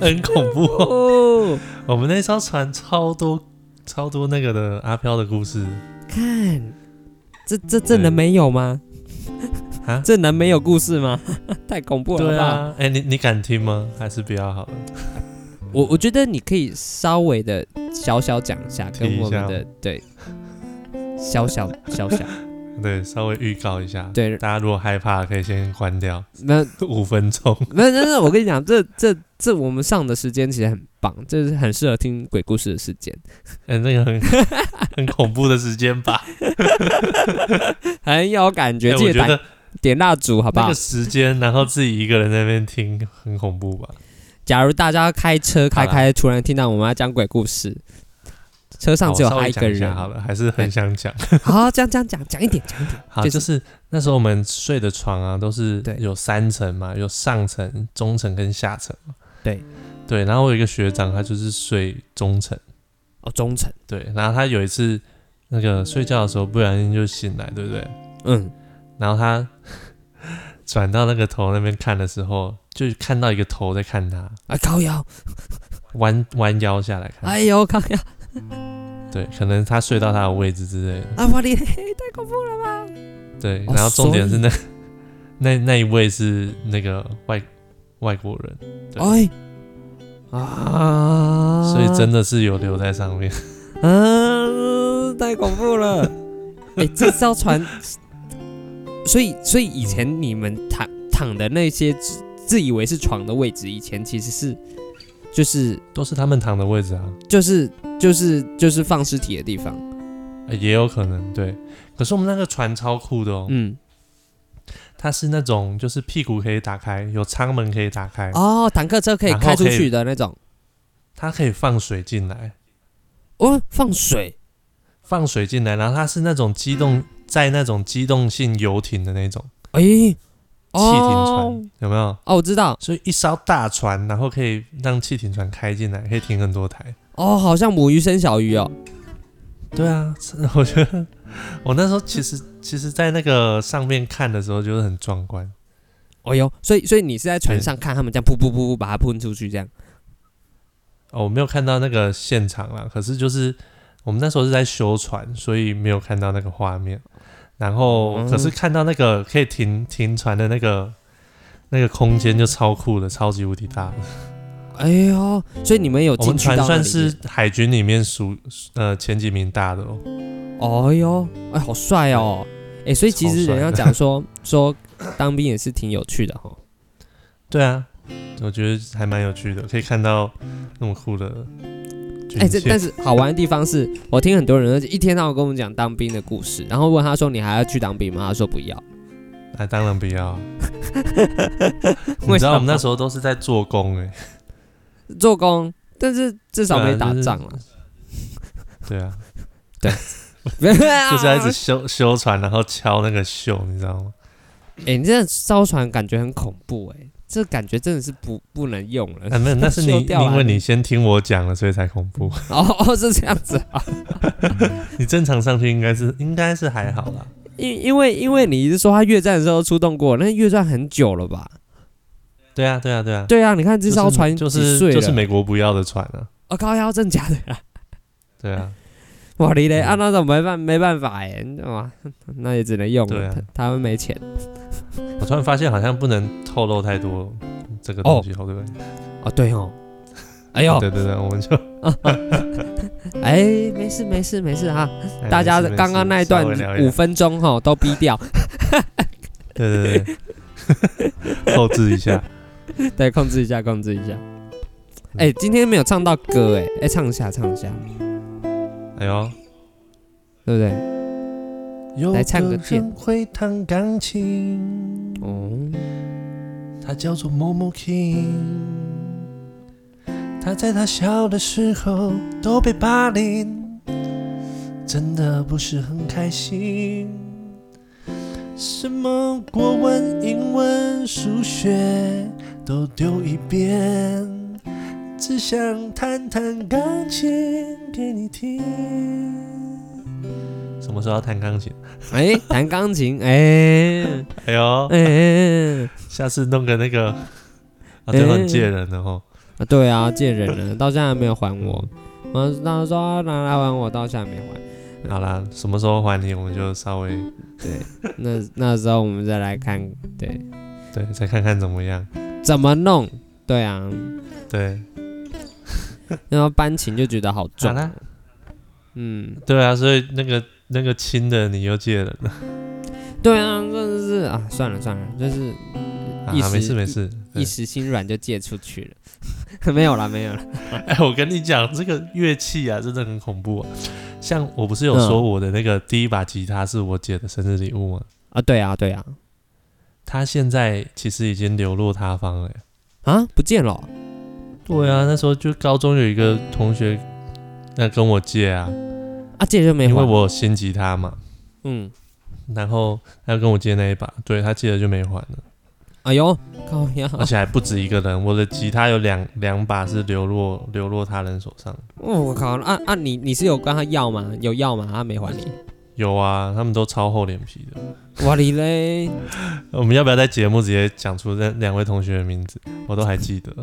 S3: 很恐怖、哦。
S4: 哦，
S3: 我们那艘船超多超多那个的阿飘的故事，
S4: 看，这这这能没有吗？
S3: 啊
S4: 这能没有故事吗？ 太恐怖了！
S3: 对
S4: 好不好，
S3: 啊，哎、你你敢听吗？还是不要好了。
S4: 我我觉得你可以稍微的小小讲一下，跟
S3: 提一
S4: 我们
S3: 下
S4: 的对小小小小
S3: 对，稍微预告一下，
S4: 对
S3: 大家如果害怕可以先关掉
S4: 那
S3: 五分钟。
S4: 没有，但是我跟你讲，这这这我们上的时间其实很棒，这是很适合听鬼故事的时间。
S3: 哎、那个很 很恐怖的时间吧？
S4: 很有感
S3: 哎
S4: 觉，记
S3: 我
S4: 得
S3: 觉
S4: 点
S3: 得
S4: 点蜡烛，好不
S3: 那
S4: 好
S3: 个？时间，然后自己一个人在那边听，很恐怖吧？
S4: 假如大家开车开开，突然听到我们要讲鬼故事，车上只有
S3: 好我稍
S4: 他
S3: 微
S4: 一
S3: 讲一
S4: 个
S3: 下
S4: 人，
S3: 好了，还是很想讲。
S4: 好，这样这样讲讲一点，讲一点，
S3: 好，
S4: 就是
S3: 就是那时候我们睡的床啊，都是
S4: 对
S3: 有三层嘛，有上层、中层跟下层嘛。
S4: 对
S3: 对，然后我有一个学长，他就是睡中层。
S4: 哦，忠诚，
S3: 对，然后他有一次那个睡觉的时候不小心就醒来，对不对？
S4: 嗯，
S3: 然后他 转到那个头那边看的时候，就看到一个头在看他，
S4: 啊，高腰，
S3: 弯弯腰下来看。
S4: 哎呦，高腰，
S3: 对，可能他睡到他的位置之类的。
S4: 啊，我的，太恐怖了吧？
S3: 对，
S4: 哦
S3: 然后重点
S4: 所
S3: 是
S4: 以
S3: 那、 那那一位是那个外外国人。对
S4: 哎，啊，
S3: 所以真的是有留在上
S4: 哦
S3: 面。
S4: 啊，太恐怖了！ 哎、这艘船，所以所以以前你们躺躺的那些自自以为是床的位置，以前其实是就是
S3: 都是他们躺的位置啊，
S4: 就是就是就是放尸体的地方。
S3: 呃也有可能对。可是我们那个船超酷的哦，
S4: 嗯，
S3: 它是那种就是屁股可以打开，有舱门可以打开，
S4: 哦，坦克车可以
S3: 然后
S4: 开出
S3: 可以
S4: 去的那种。
S3: 它可以放水进来，
S4: 哦，放水
S3: 放水进来，然后它是那种机
S4: 嗯
S3: 动在那种机动性游艇的那种
S4: 哎、
S3: 汽艇船，
S4: 哦
S3: 有没有？
S4: 哦，我知道
S3: 所以一艘大船，然后可以让汽艇船开进来，可以停很多台。
S4: 哦，好像母鱼生小鱼哦。
S3: 对啊， 是我觉得我那时候其实其实，在那个上面看的时候，就是很壮观。
S4: 哎呦，所以所以你是在船上看他们这样噗噗噗噗把它喷出去这样。
S3: 哦，我没有看到那个现场啦，可是就是我们那时候是在修船，所以没有看到那个画面。然后，
S4: 嗯
S3: 可是看到那个可以停停船的那个那个空间就超酷的，超级无敌大的。
S4: 哎呦，所以你们有
S3: 我们
S4: 进去
S3: 船
S4: 到那
S3: 算
S4: 里面
S3: 是海军里面数呃前几名大的哦。
S4: 哦哟，哎，好帅哦！哎，所以其实
S3: 超帅
S4: 人家讲 说说当兵也是挺有趣的哈、
S3: 对啊，我觉得还蛮有趣的，可以看到那么酷的军
S4: 哎，这
S3: 舰
S4: 但是好玩的地方是我听很多人一天到晚跟我们讲当兵的故事，然后问他说你还要去当兵吗？他说不要。
S3: 啊，当然不 要。你
S4: 为
S3: 知
S4: 什
S3: 道
S4: 么
S3: 我们那时候都是在做工哎、
S4: 做工，但是至少
S3: 对啊
S4: 没打
S3: 就是
S4: 仗了。
S3: 对啊，
S4: 对，啊
S3: 就
S4: 就是
S3: 要一直修修船，然后敲那个锈，你知道吗？
S4: 哎、你这烧船感觉很恐怖哎、这感觉真的是不不能用了。
S3: 啊，没有，那是
S4: 修
S3: 你
S4: 掉啊
S3: 因为你先听我讲了，所以才恐 怖。
S4: 哦哦，是这样子啊，
S3: 你正常上去应该是应该是还好啦。
S4: 因因为因为你是说他越战的时候出动过，那越战很久了吧？
S3: 对啊，对啊，对啊。
S4: 对啊，你看这
S3: 就是
S4: 艘船
S3: 就
S4: 几
S3: 是
S4: 岁了
S3: 就是美国不要的船啊。
S4: 哦，高腰真假的啊？
S3: 对啊，
S4: 哇，你嘞，
S3: 嗯
S4: 啊，那种没办没办法哎、你知道吗？ 那也只能用
S3: 对
S4: 了，
S3: 啊
S4: 他他们没钱哎
S3: 我突然发现好像不能透露太多这个东西，哦、对不对？
S4: 哦，对哦，哎呦，
S3: 对对对，我们就
S4: 哎，没事没事没事哈，
S3: 哎
S4: 大家
S3: 没事没事
S4: 刚刚那一段
S3: 稍微聊一聊
S4: 五分钟哈都逼掉， 嗯
S3: 对对对对，后置一下。
S4: 对，控制一下控制一下。
S3: 嗯
S4: 哎，今天没有唱到歌哎，哎，唱一下唱一下，
S3: 哎呦，
S4: 对不对？来唱个剑
S2: 有人会弹钢琴，
S4: 哦，
S2: 他叫做 Momo King。他在他小的时候都被霸凌，真的不是很开心。什么国文、英文、数学都丢一遍，只想弹弹钢琴给你听。
S3: 什么时候要弹钢琴？
S4: 哎，弹钢琴，哎，
S3: 哎呦，
S4: 哎，
S3: 下次弄个那个，
S2: 哎
S3: 啊，对，很借人的哦。
S4: 啊对啊，借人了，到现在还没有还我。我那时候拿来还我，到现在没还。
S3: 好啦，什么时候还你，我们就稍微
S4: 对，那那时候我们再来看，对，
S3: 对再看看怎么样。
S4: 怎么弄？对啊，
S3: 对，
S4: 然后班琴就觉得好
S3: 好
S4: 重，
S3: 啦，
S4: 嗯，
S3: 对啊，所以那个那个亲的你又借人了，
S4: 对啊，真的是啊，算了算了，就是
S3: 啊
S4: 一时，
S3: 没事没事。对
S4: 一时心软就借出去了， 没有啦没有啦，
S3: 哎，我跟你讲，这个乐器啊，真的很恐怖啊。像我不是有说
S4: 嗯
S3: 我的那个第一把吉他是我姐的生日礼物吗？
S4: 啊对啊对啊，
S3: 她现在其实已经流落他方了耶。
S4: 啊不见了哦，
S3: 对啊，那时候就高中有一个同学，那跟我借啊，
S4: 啊借就没还，
S3: 因为我有新吉他嘛，
S4: 嗯，
S3: 然后他要跟我借那一把，对他借了就没还了，
S4: 哎呦，高呀，
S3: 而且还不止一个人，我的吉他有两两把是流落流落他人手上。
S4: 哦我靠，啊啊你你是有跟他要吗？有要吗？他没还你，
S3: 有啊，他们都超厚脸皮的。
S4: 哇你嘞，
S3: 我们要不要在节目直接讲出那两位同学的名字？我都还记得。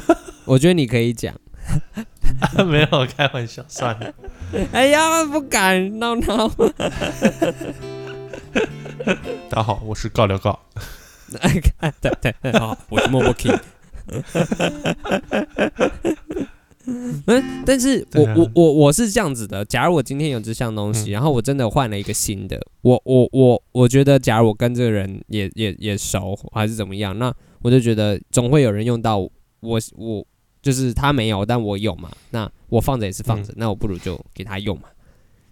S4: 我觉得你可以讲，
S3: 没有开玩笑，算了。
S4: 哎呀不敢闹闹，
S3: 大家好，我是告聊告。
S4: 哎对对对，好，我是默 默 king。嗯，但是
S3: 对
S4: 我
S3: 啊
S4: 我我我是这样子的，假如我今天有这项东西，
S3: 嗯
S4: 然后我真的换了一个新的，我我我我觉得，假如我跟这个人也也也熟，还是怎么样，那我就觉得总会有人用到我我就是他没有，但我有嘛，那我放着也是放着，那我不如就给他用嘛，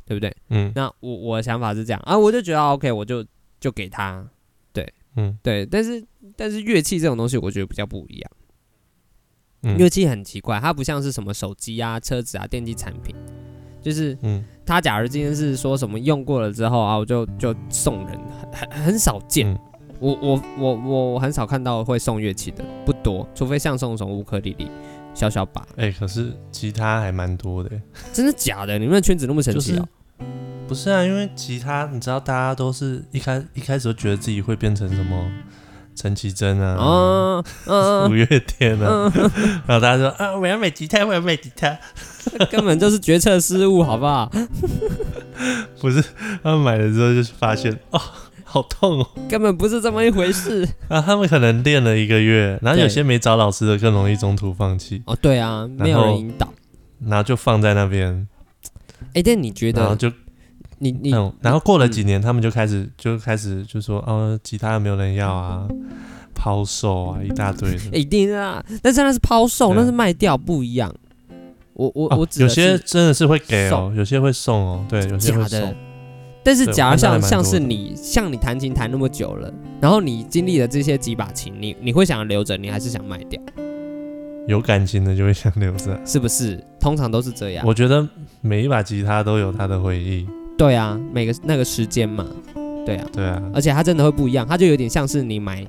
S4: 对不对？
S3: 嗯
S4: 那我我的想法是这样啊，我就觉得啊 OK，我就就给他，
S3: 嗯
S4: 对，但是但是乐器这种东西，我觉得比较不一样。
S3: 嗯，
S4: 乐器很奇怪，它不像是什么手机啊、车子啊、电器产品，就是
S3: 嗯
S4: 它假如今天是说什么用过了之后啊，我就就送人，很很很少见。
S3: 嗯
S4: 我我我我我很少看到会送乐器的，不多，除非像送什么乌克丽丽、小小把，
S3: 哎、可是吉他还蛮多的耶，
S4: 真的假的？你们的圈子那么神
S3: 就
S4: 奇
S3: 是
S4: 哦？
S3: 不是啊？因为吉他，你知道，大家都是一开一开始都觉得自己会变成什么陈绮贞啊、
S4: 啊嗯
S3: 五月天啊，
S4: 嗯嗯，
S3: 然后大家说啊，我要买吉他，我要买吉他，
S4: 根本就是决策失误，好不好？
S3: 不是他们买了之后就是发现哦，好痛哦。
S4: 根本不是这么一回事。
S3: 啊，他们可能练了一个月，然后有
S4: 对
S3: 些没找老师的更容易中途放弃，
S4: 哦，对啊，没有人引导。
S3: 然后就放在那边，
S4: 哎，但你觉
S3: 然后
S4: 得
S3: 就
S4: 你你
S3: 嗯，然后过了几年，他们就开始就开始就说，哦，吉他没有人要啊，抛售啊，一大堆的。
S4: 一定啊，但是那是抛售，
S3: 对啊
S4: 那是卖掉，不一样。我我、
S3: 哦
S4: 我指
S3: 有
S4: 的是
S3: 些真的是会给哦，有些会送哦，对，有些
S4: 假
S3: 会
S4: 的
S3: 送。。
S4: 但是
S3: 对
S4: 假
S3: 我
S4: 如
S3: 看到还
S4: 像
S3: 蛮
S4: 像
S3: 多
S4: 是
S3: 的
S4: 你像你弹琴弹那么久了，然后你经历了这些几把琴，你你会想要留着，你还是想卖掉，
S3: 有感情的就会想留着。
S4: 是不是？通常都是这样。
S3: 我觉得每一把吉他都有它的回忆，
S4: 对啊，每个那个时间嘛，对啊，
S3: 对啊，
S4: 而且它真的会不一样，它就有点像是你买，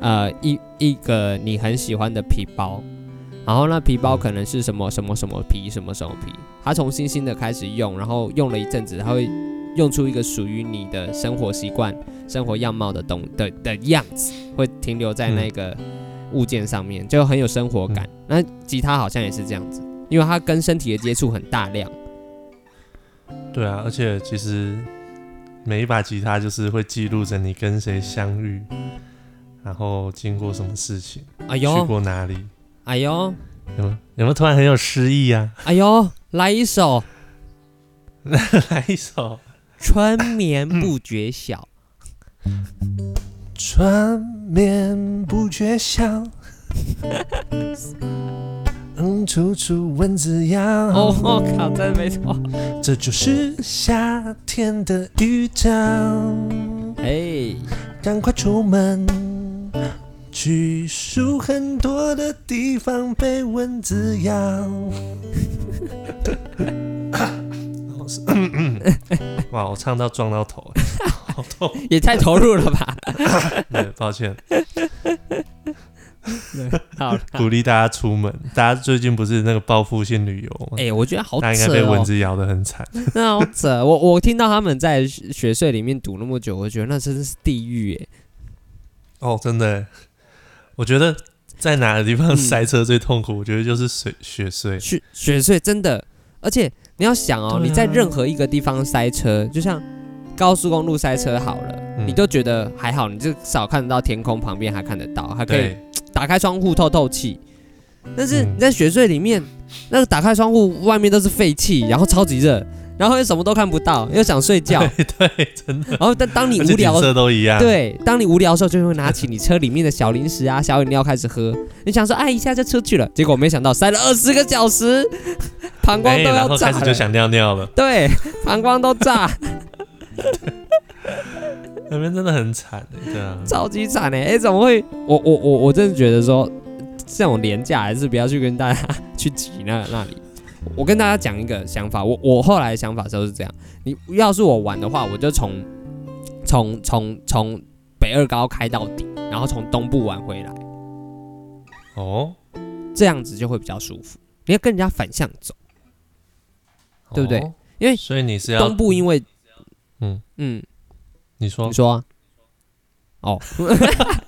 S4: 呃，一一个你很喜欢的皮包，然后那皮包可能是什么什么什么皮，什么什么皮，它从新新的开始用，然后用了一阵子，它会用出一个属于你的生活习惯、生活样貌的东的的样子，会停留在那个物件上面，就很有生活感。那吉他好像也是这样子，因为它跟身体的接触很大量。
S3: 对啊，而且其实每一把吉他就是会记录着你跟谁相遇，然后经过什么事情，
S4: 哎
S3: 去
S4: 呦，
S3: 过哪里，
S4: 哎呦，
S3: 有没有有没有突然很有诗意啊？
S4: 哎呦，来一首。
S3: 来一首。
S4: 春眠不觉晓，
S2: 缠绵不觉晓， 嗯，处处蚊子咬。
S4: 哦，我靠，真的没错。
S2: 这就是夏天的预兆，
S4: 哎，
S2: 赶快出门，去树很多的地方被蚊子 咬。
S3: 哇，我唱到撞到头，好痛！
S4: 也太投入了吧？
S3: 对，抱歉，
S4: 好了，
S3: 鼓励大家出门。大家最近不是那个报复性旅游吗？
S4: 哎，我觉得好
S3: 大家应该被
S4: 扯
S3: 蚊
S4: 哦，
S3: 子咬得很惨。
S4: 那好扯。哦我我听到他们在雪隧里面堵那么久，我觉得那真的是地狱哎。
S3: 哦，真的耶，我觉得在哪个地
S4: 嗯
S3: 方塞车最痛苦，我觉得就是水雪隧。
S4: 雪雪隧真的，而且你要想哦，
S3: 对啊
S4: 你在任何一个地方塞车，就像高速公路塞车好了，
S3: 嗯
S4: 你都觉得还好，你至少看得到天空旁边还看得到，还可以
S3: 对，
S4: 打开窗户透透气。但是
S3: 嗯
S4: 你在雪隧里面，那个打开窗户，外面都是废气，然后超级热，然后又什么都看不到，又想 睡觉，
S3: 对，真的，
S4: 然后但当你
S3: 而
S4: 无
S3: 且
S4: 聊
S3: 景，色都一样。，
S4: 对，当你无聊的时候，就会拿起你车里面的小零食啊、小饮料开始喝。你想说，哎，一下就出去了，结果没想到塞了二十个小时，膀胱
S3: 哎，
S4: 都
S3: 然
S4: 要
S3: 后
S4: 炸
S3: 开始就
S4: 了。
S3: 想尿尿了，
S4: 对，膀胱都炸，
S3: 那边真的很惨，对啊。
S4: 超级惨哎！哎，怎么会？我我我我真的觉得说，这种廉价还是不要去跟大家去挤那那里。我跟大家讲一个想法，我我后来的想法都是这样：你要是我玩的话，我就从从从从北二高开到底，然后从东部玩回来。
S3: 哦，
S4: 这样子就会比较舒服。你要跟人家反向走， 对不对
S3: 哦
S4: 因为
S3: 所以你是要
S4: 东部因为
S3: 啊嗯
S4: 嗯，
S3: 你说
S4: 你说啊、哦，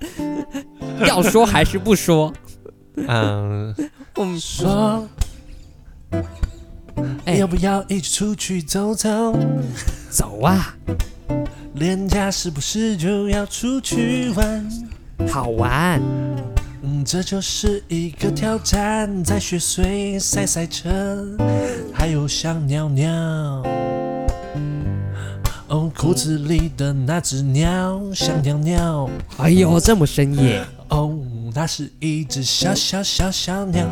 S4: 要说还是不说？
S3: 嗯，
S4: 我们
S2: 说，
S4: 哎
S2: 要不要一起出去走走？
S4: 走啊，
S2: 廉价是不是就要出去玩？
S4: 好玩，
S2: 嗯，这就是一个挑战，在雪隧赛赛车，还有想尿尿。哦，裤子里的那只鸟想尿尿，
S4: 哎呦，这么深夜，
S2: 哦，那是一只小小小小鸟，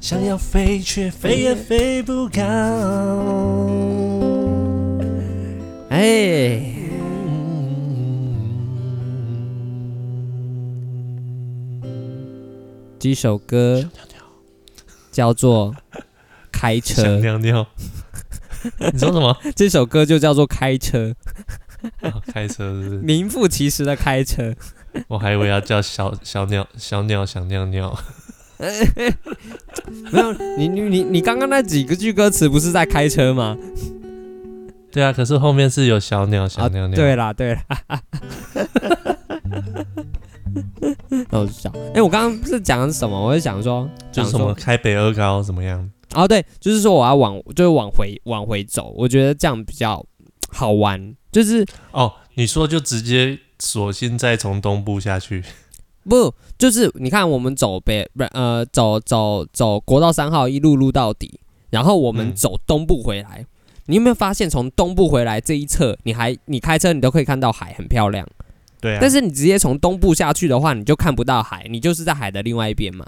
S2: 想要飞却飞也飞不高。
S3: 嗯
S4: 哎，这首歌叫做《开车
S3: 想》，尿 尿。你说什么？
S4: 这首歌就叫做《开车》，
S3: 哦开车是不是？
S4: 名副其实的开车。
S3: 我还以为要叫小小鸟小鸟想尿尿。
S4: 没有，你你你你刚刚那几个句歌词不是在开车吗？
S3: 对啊，可是后面是有小鸟想尿尿。
S4: 啊对啦， 对啦。那我就想，哎、我刚刚不是讲的是什么？我是想说，
S3: 就是什
S4: 想
S3: 么
S4: 说
S3: 开北二高怎么样？
S4: 哦，对，就是说我要往，就是往回往回走，我觉得这样比较好玩。就是
S3: 哦，你说就直接索性再从东部下去。
S4: 不，就是你看我们走北，不是呃，走走走国道三号一路路到底，然后我们
S3: 嗯
S4: 走东部回来。你有没有发现，从东部回来这一侧，你还你开车，你都可以看到海，很漂亮。
S3: 对啊，
S4: 但是你直接从东部下去的话，你就看不到海，你就是在海的另外一边嘛，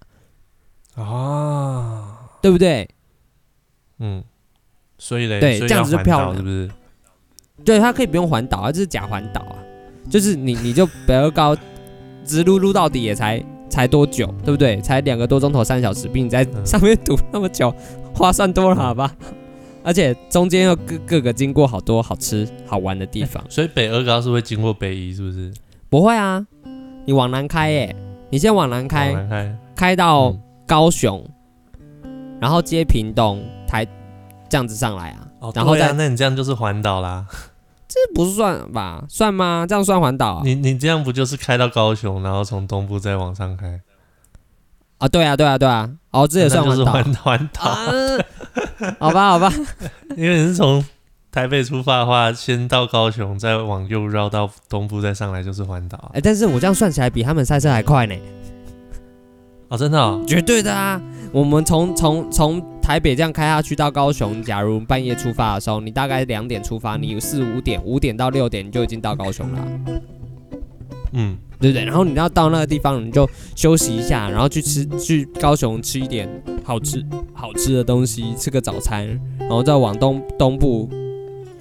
S2: 啊，
S4: 对不对？
S3: 嗯，所以嘞，
S4: 对
S3: 所以
S4: 这样子就
S3: 要环
S4: 漂
S3: 岛
S4: 亮
S3: 是不是？
S4: 对，它可以不用环岛啊，这是假环岛啊，就是你你就北二高直撸撸到底也才才多久，对不对？才两个多钟头，三小时，比你在
S3: 嗯
S4: 上面堵那么久划算多了，好吧？而且中间又各各个经过好多好吃好玩的地方。
S3: 所以北二高是会经过北一，是不是？
S4: 不会啊，你往南开耶、你先往南开，
S3: 往南开
S4: 开到
S3: 哦嗯
S4: 高雄，然后接屏东、台这样子上来啊，
S3: 哦，
S4: 然后
S3: 对啊
S4: 再
S3: 那你这样就是环岛啦。
S4: 这不算吧？算吗？这样算环岛啊？
S3: 你你这样不就是开到高雄，然后从东部再往上开？
S4: 啊，对啊，对啊，对啊，哦，这也算
S3: 那就是
S4: 环岛
S3: 环环 岛，
S4: 啊？好吧，好吧，
S3: 因为你是从台北出发的话，先到高雄，再往右绕到东部，再上来就是环岛啊
S4: 哎、。但是我这样算起来比他们赛车还快呢，
S3: 哦，真的哦，
S4: 绝对的啊！我们从从从台北这样开下去到高雄，假如半夜出发的时候，你大概两点出发，你有四五点，五点到六点你就已经到高雄了啊、
S3: 嗯，
S4: 对不对？然后你要到那个地方，你就休息一下，然后去吃去高雄吃一点好吃好吃的东西，吃个早餐，然后再往东东部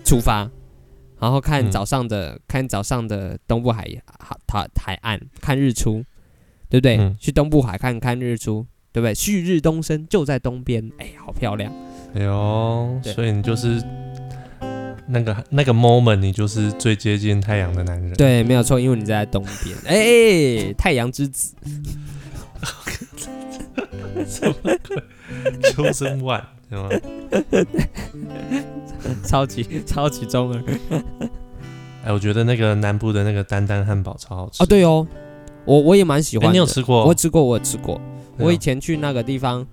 S4: 出发，然后看
S3: 嗯
S4: 早上的、看早上的东部海海海海岸，看日出，对不对？
S3: 嗯
S4: 去东部海看看日出，对不对？旭日东升就在东边，哎，好漂亮。
S3: 哎呦，
S4: 对
S3: 所以你就是那个那个 moment，你就是最接近太阳的男人。
S4: 对，没有错，因为你在东边，哎，太阳之子，
S3: 秋生万，对吗？
S4: 超级超级中二。
S3: 哎，我觉得那个南部的那个丹丹汉堡超好吃。
S4: 哦，对哦，我我也蛮喜
S3: 哎，
S4: 欢的。
S3: 你有吃过？
S4: 我吃过，我有吃过。
S3: 对啊
S4: 我以前去那个地方，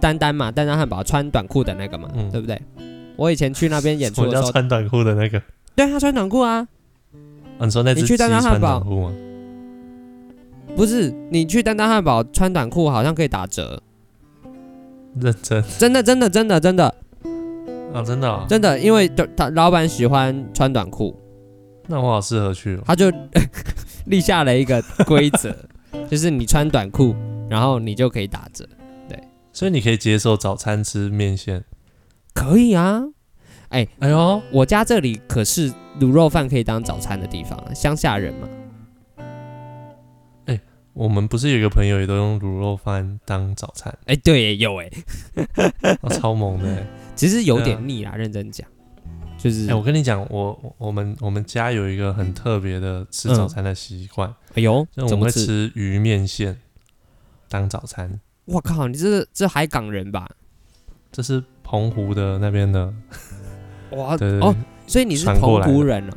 S4: 丹丹嘛，丹丹汉堡穿短裤的那个嘛，
S3: 嗯
S4: 对不对？我以前去那边演
S3: 我
S4: 出的
S3: 叫
S4: 时候，
S3: 穿短裤的那个。
S4: 对他穿短裤啊，
S3: 啊、你说那只
S4: 你去
S3: 鸡
S4: 丹丹
S3: 穿
S4: 汉堡
S3: 短裤吗？
S4: 不是你去丹丹汉堡穿短裤好像可以打折，
S3: 认真
S4: 真的真的真的真的
S3: 啊，真的、哦，
S4: 真的，因为短他老板喜欢穿短裤，
S3: 那我好适合去哦。
S4: 他就 立下了一个规 则，就是你穿短裤，然后你就可以打折。
S3: 所以你可以接受早餐吃面线。
S4: 可以啊，
S3: 哎呦，
S4: 我家这里可是卤肉饭可以当早餐的地方啊，乡下人嘛。
S3: 我们不是有一个朋友也都用卤肉饭当早餐，
S4: 哎，对耶，有哎，
S3: 啊、超猛的欸。
S4: 其实有
S3: 对啊
S4: 点腻啦，认真讲，就是
S3: 哎、我跟你讲，我我我们我们家有一个很特别的吃
S4: 嗯
S3: 早餐的习惯，
S4: 哎呦
S3: 就，我们
S4: 怎么
S3: 会
S4: 吃？
S3: 吃鱼面线当早餐，
S4: 我靠，你这这海港人吧？
S3: 这是澎湖的那边的。
S4: 哇
S3: 对对对
S4: 哦，所以你是
S3: 传过
S4: 澎
S3: 来
S4: 湖
S3: 的
S4: 人哦？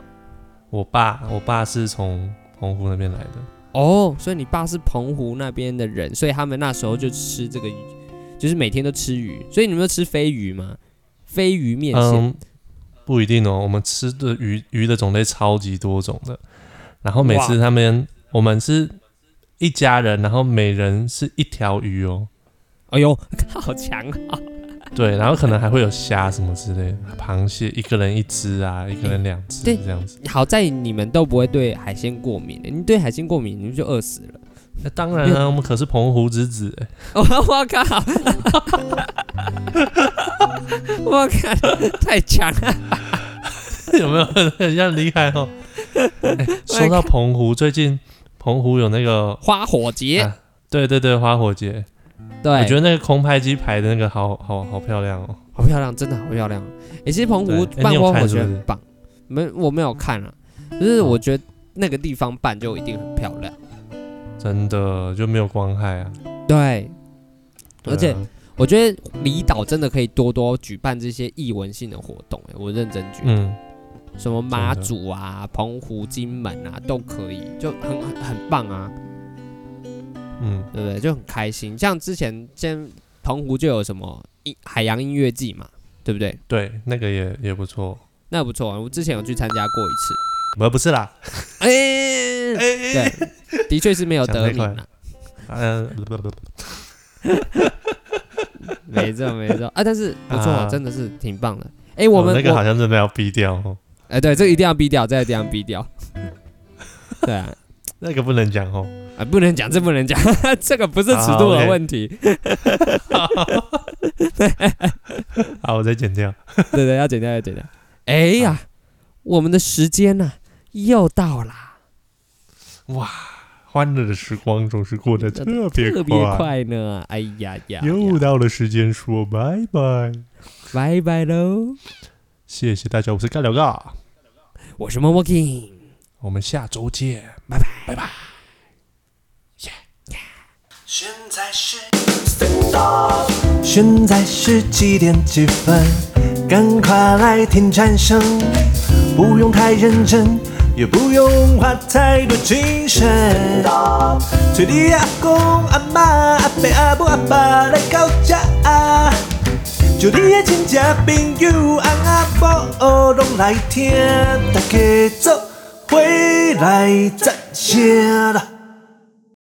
S3: 我爸我爸是从澎湖那边来的。
S4: 哦，所以你爸是澎湖那边的人，所以他们那时候就吃这个鱼，就是每天都吃鱼。所以你们都吃飞鱼吗？飞鱼面线，
S3: 嗯，不一定哦。我们吃的鱼鱼的种类超级多种的，然后每次他们我们是一家人，然后每人是一条鱼哦，
S4: 哎呦， 好强啊！
S3: 对，然后可能还会有虾什么之类的，螃蟹一个人一只啊，一个人两只
S4: 对
S3: 这样子。
S4: 好在你们都不会对海鲜过敏，你对海鲜过敏，你们就饿死了。
S3: 那当然啊，我们可是澎湖之 子，哎
S4: 我我靠！ 我靠，太强了！
S3: 有没有很像厉害哦？哎说到澎湖，最近澎湖有那个，
S4: 花火节，
S3: 啊对对对，花火节，
S4: 对，
S3: 我觉得那个空拍机排的那个好好好漂亮哦。
S4: 好漂亮，真的好漂亮。诶，其实澎湖
S3: 对诶
S4: 办
S3: 你有
S4: 花火
S3: 看是
S4: 节
S3: 不是
S4: 很棒，没我没有看啊，就是我觉得那个地方办就一定很漂亮。
S3: 真的就没有光害啊。
S4: 对，
S3: 对啊
S4: 而且我觉得离岛真的可以多多举办这些艺文性的活动、诶，我认真觉得，
S3: 嗯，
S4: 什么马
S3: 真的
S4: 祖啊、澎湖、金门啊都可以，就很很很棒啊，
S3: 嗯
S4: 对不对？就很开心。像之前先澎湖就有什么音海洋音乐季嘛，对不对？
S3: 对，那个也也不错。呃
S4: 那不错、啊，我之前有去参加过一次。
S3: 不，不是啦，
S4: 哎、对，的确是没有得名
S3: 哎讲太
S4: 啊，
S3: 嗯、不不不不
S4: 没错没错啊，但是不错、
S3: 啊
S4: 真的是挺棒的。哎、我们、
S3: 哦那个
S4: 我
S3: 好像真的要逼掉哦，
S4: 哎、对，这个一定要逼掉，这个一定要 逼掉。对啊，
S3: 那个不能讲哦。
S4: 啊，不能讲，这不能讲， 这个不是尺度的问
S3: 啊
S4: 题，
S3: 好，我再剪掉。
S4: 对对，要剪掉，要剪掉。哎呀，
S3: 啊
S4: 我们的时间呐、又到啦，
S3: 欢乐的时光总是过得特别啊
S4: 特别快呢。哎呀呀，
S3: 又到了时间说拜拜，
S4: 拜拜喽！
S3: 谢谢大家，我是尬聊尬，
S4: 我是 Momo King，
S3: 我们下周见。
S2: 现在是现在是几点几分？赶快来听蝉声，不用太认真，也不用花太多精神。催你阿公阿妈阿伯阿母阿爸来到家，就你的亲戚朋友翁阿婆哦拢来听，大家做伙来赞声啦！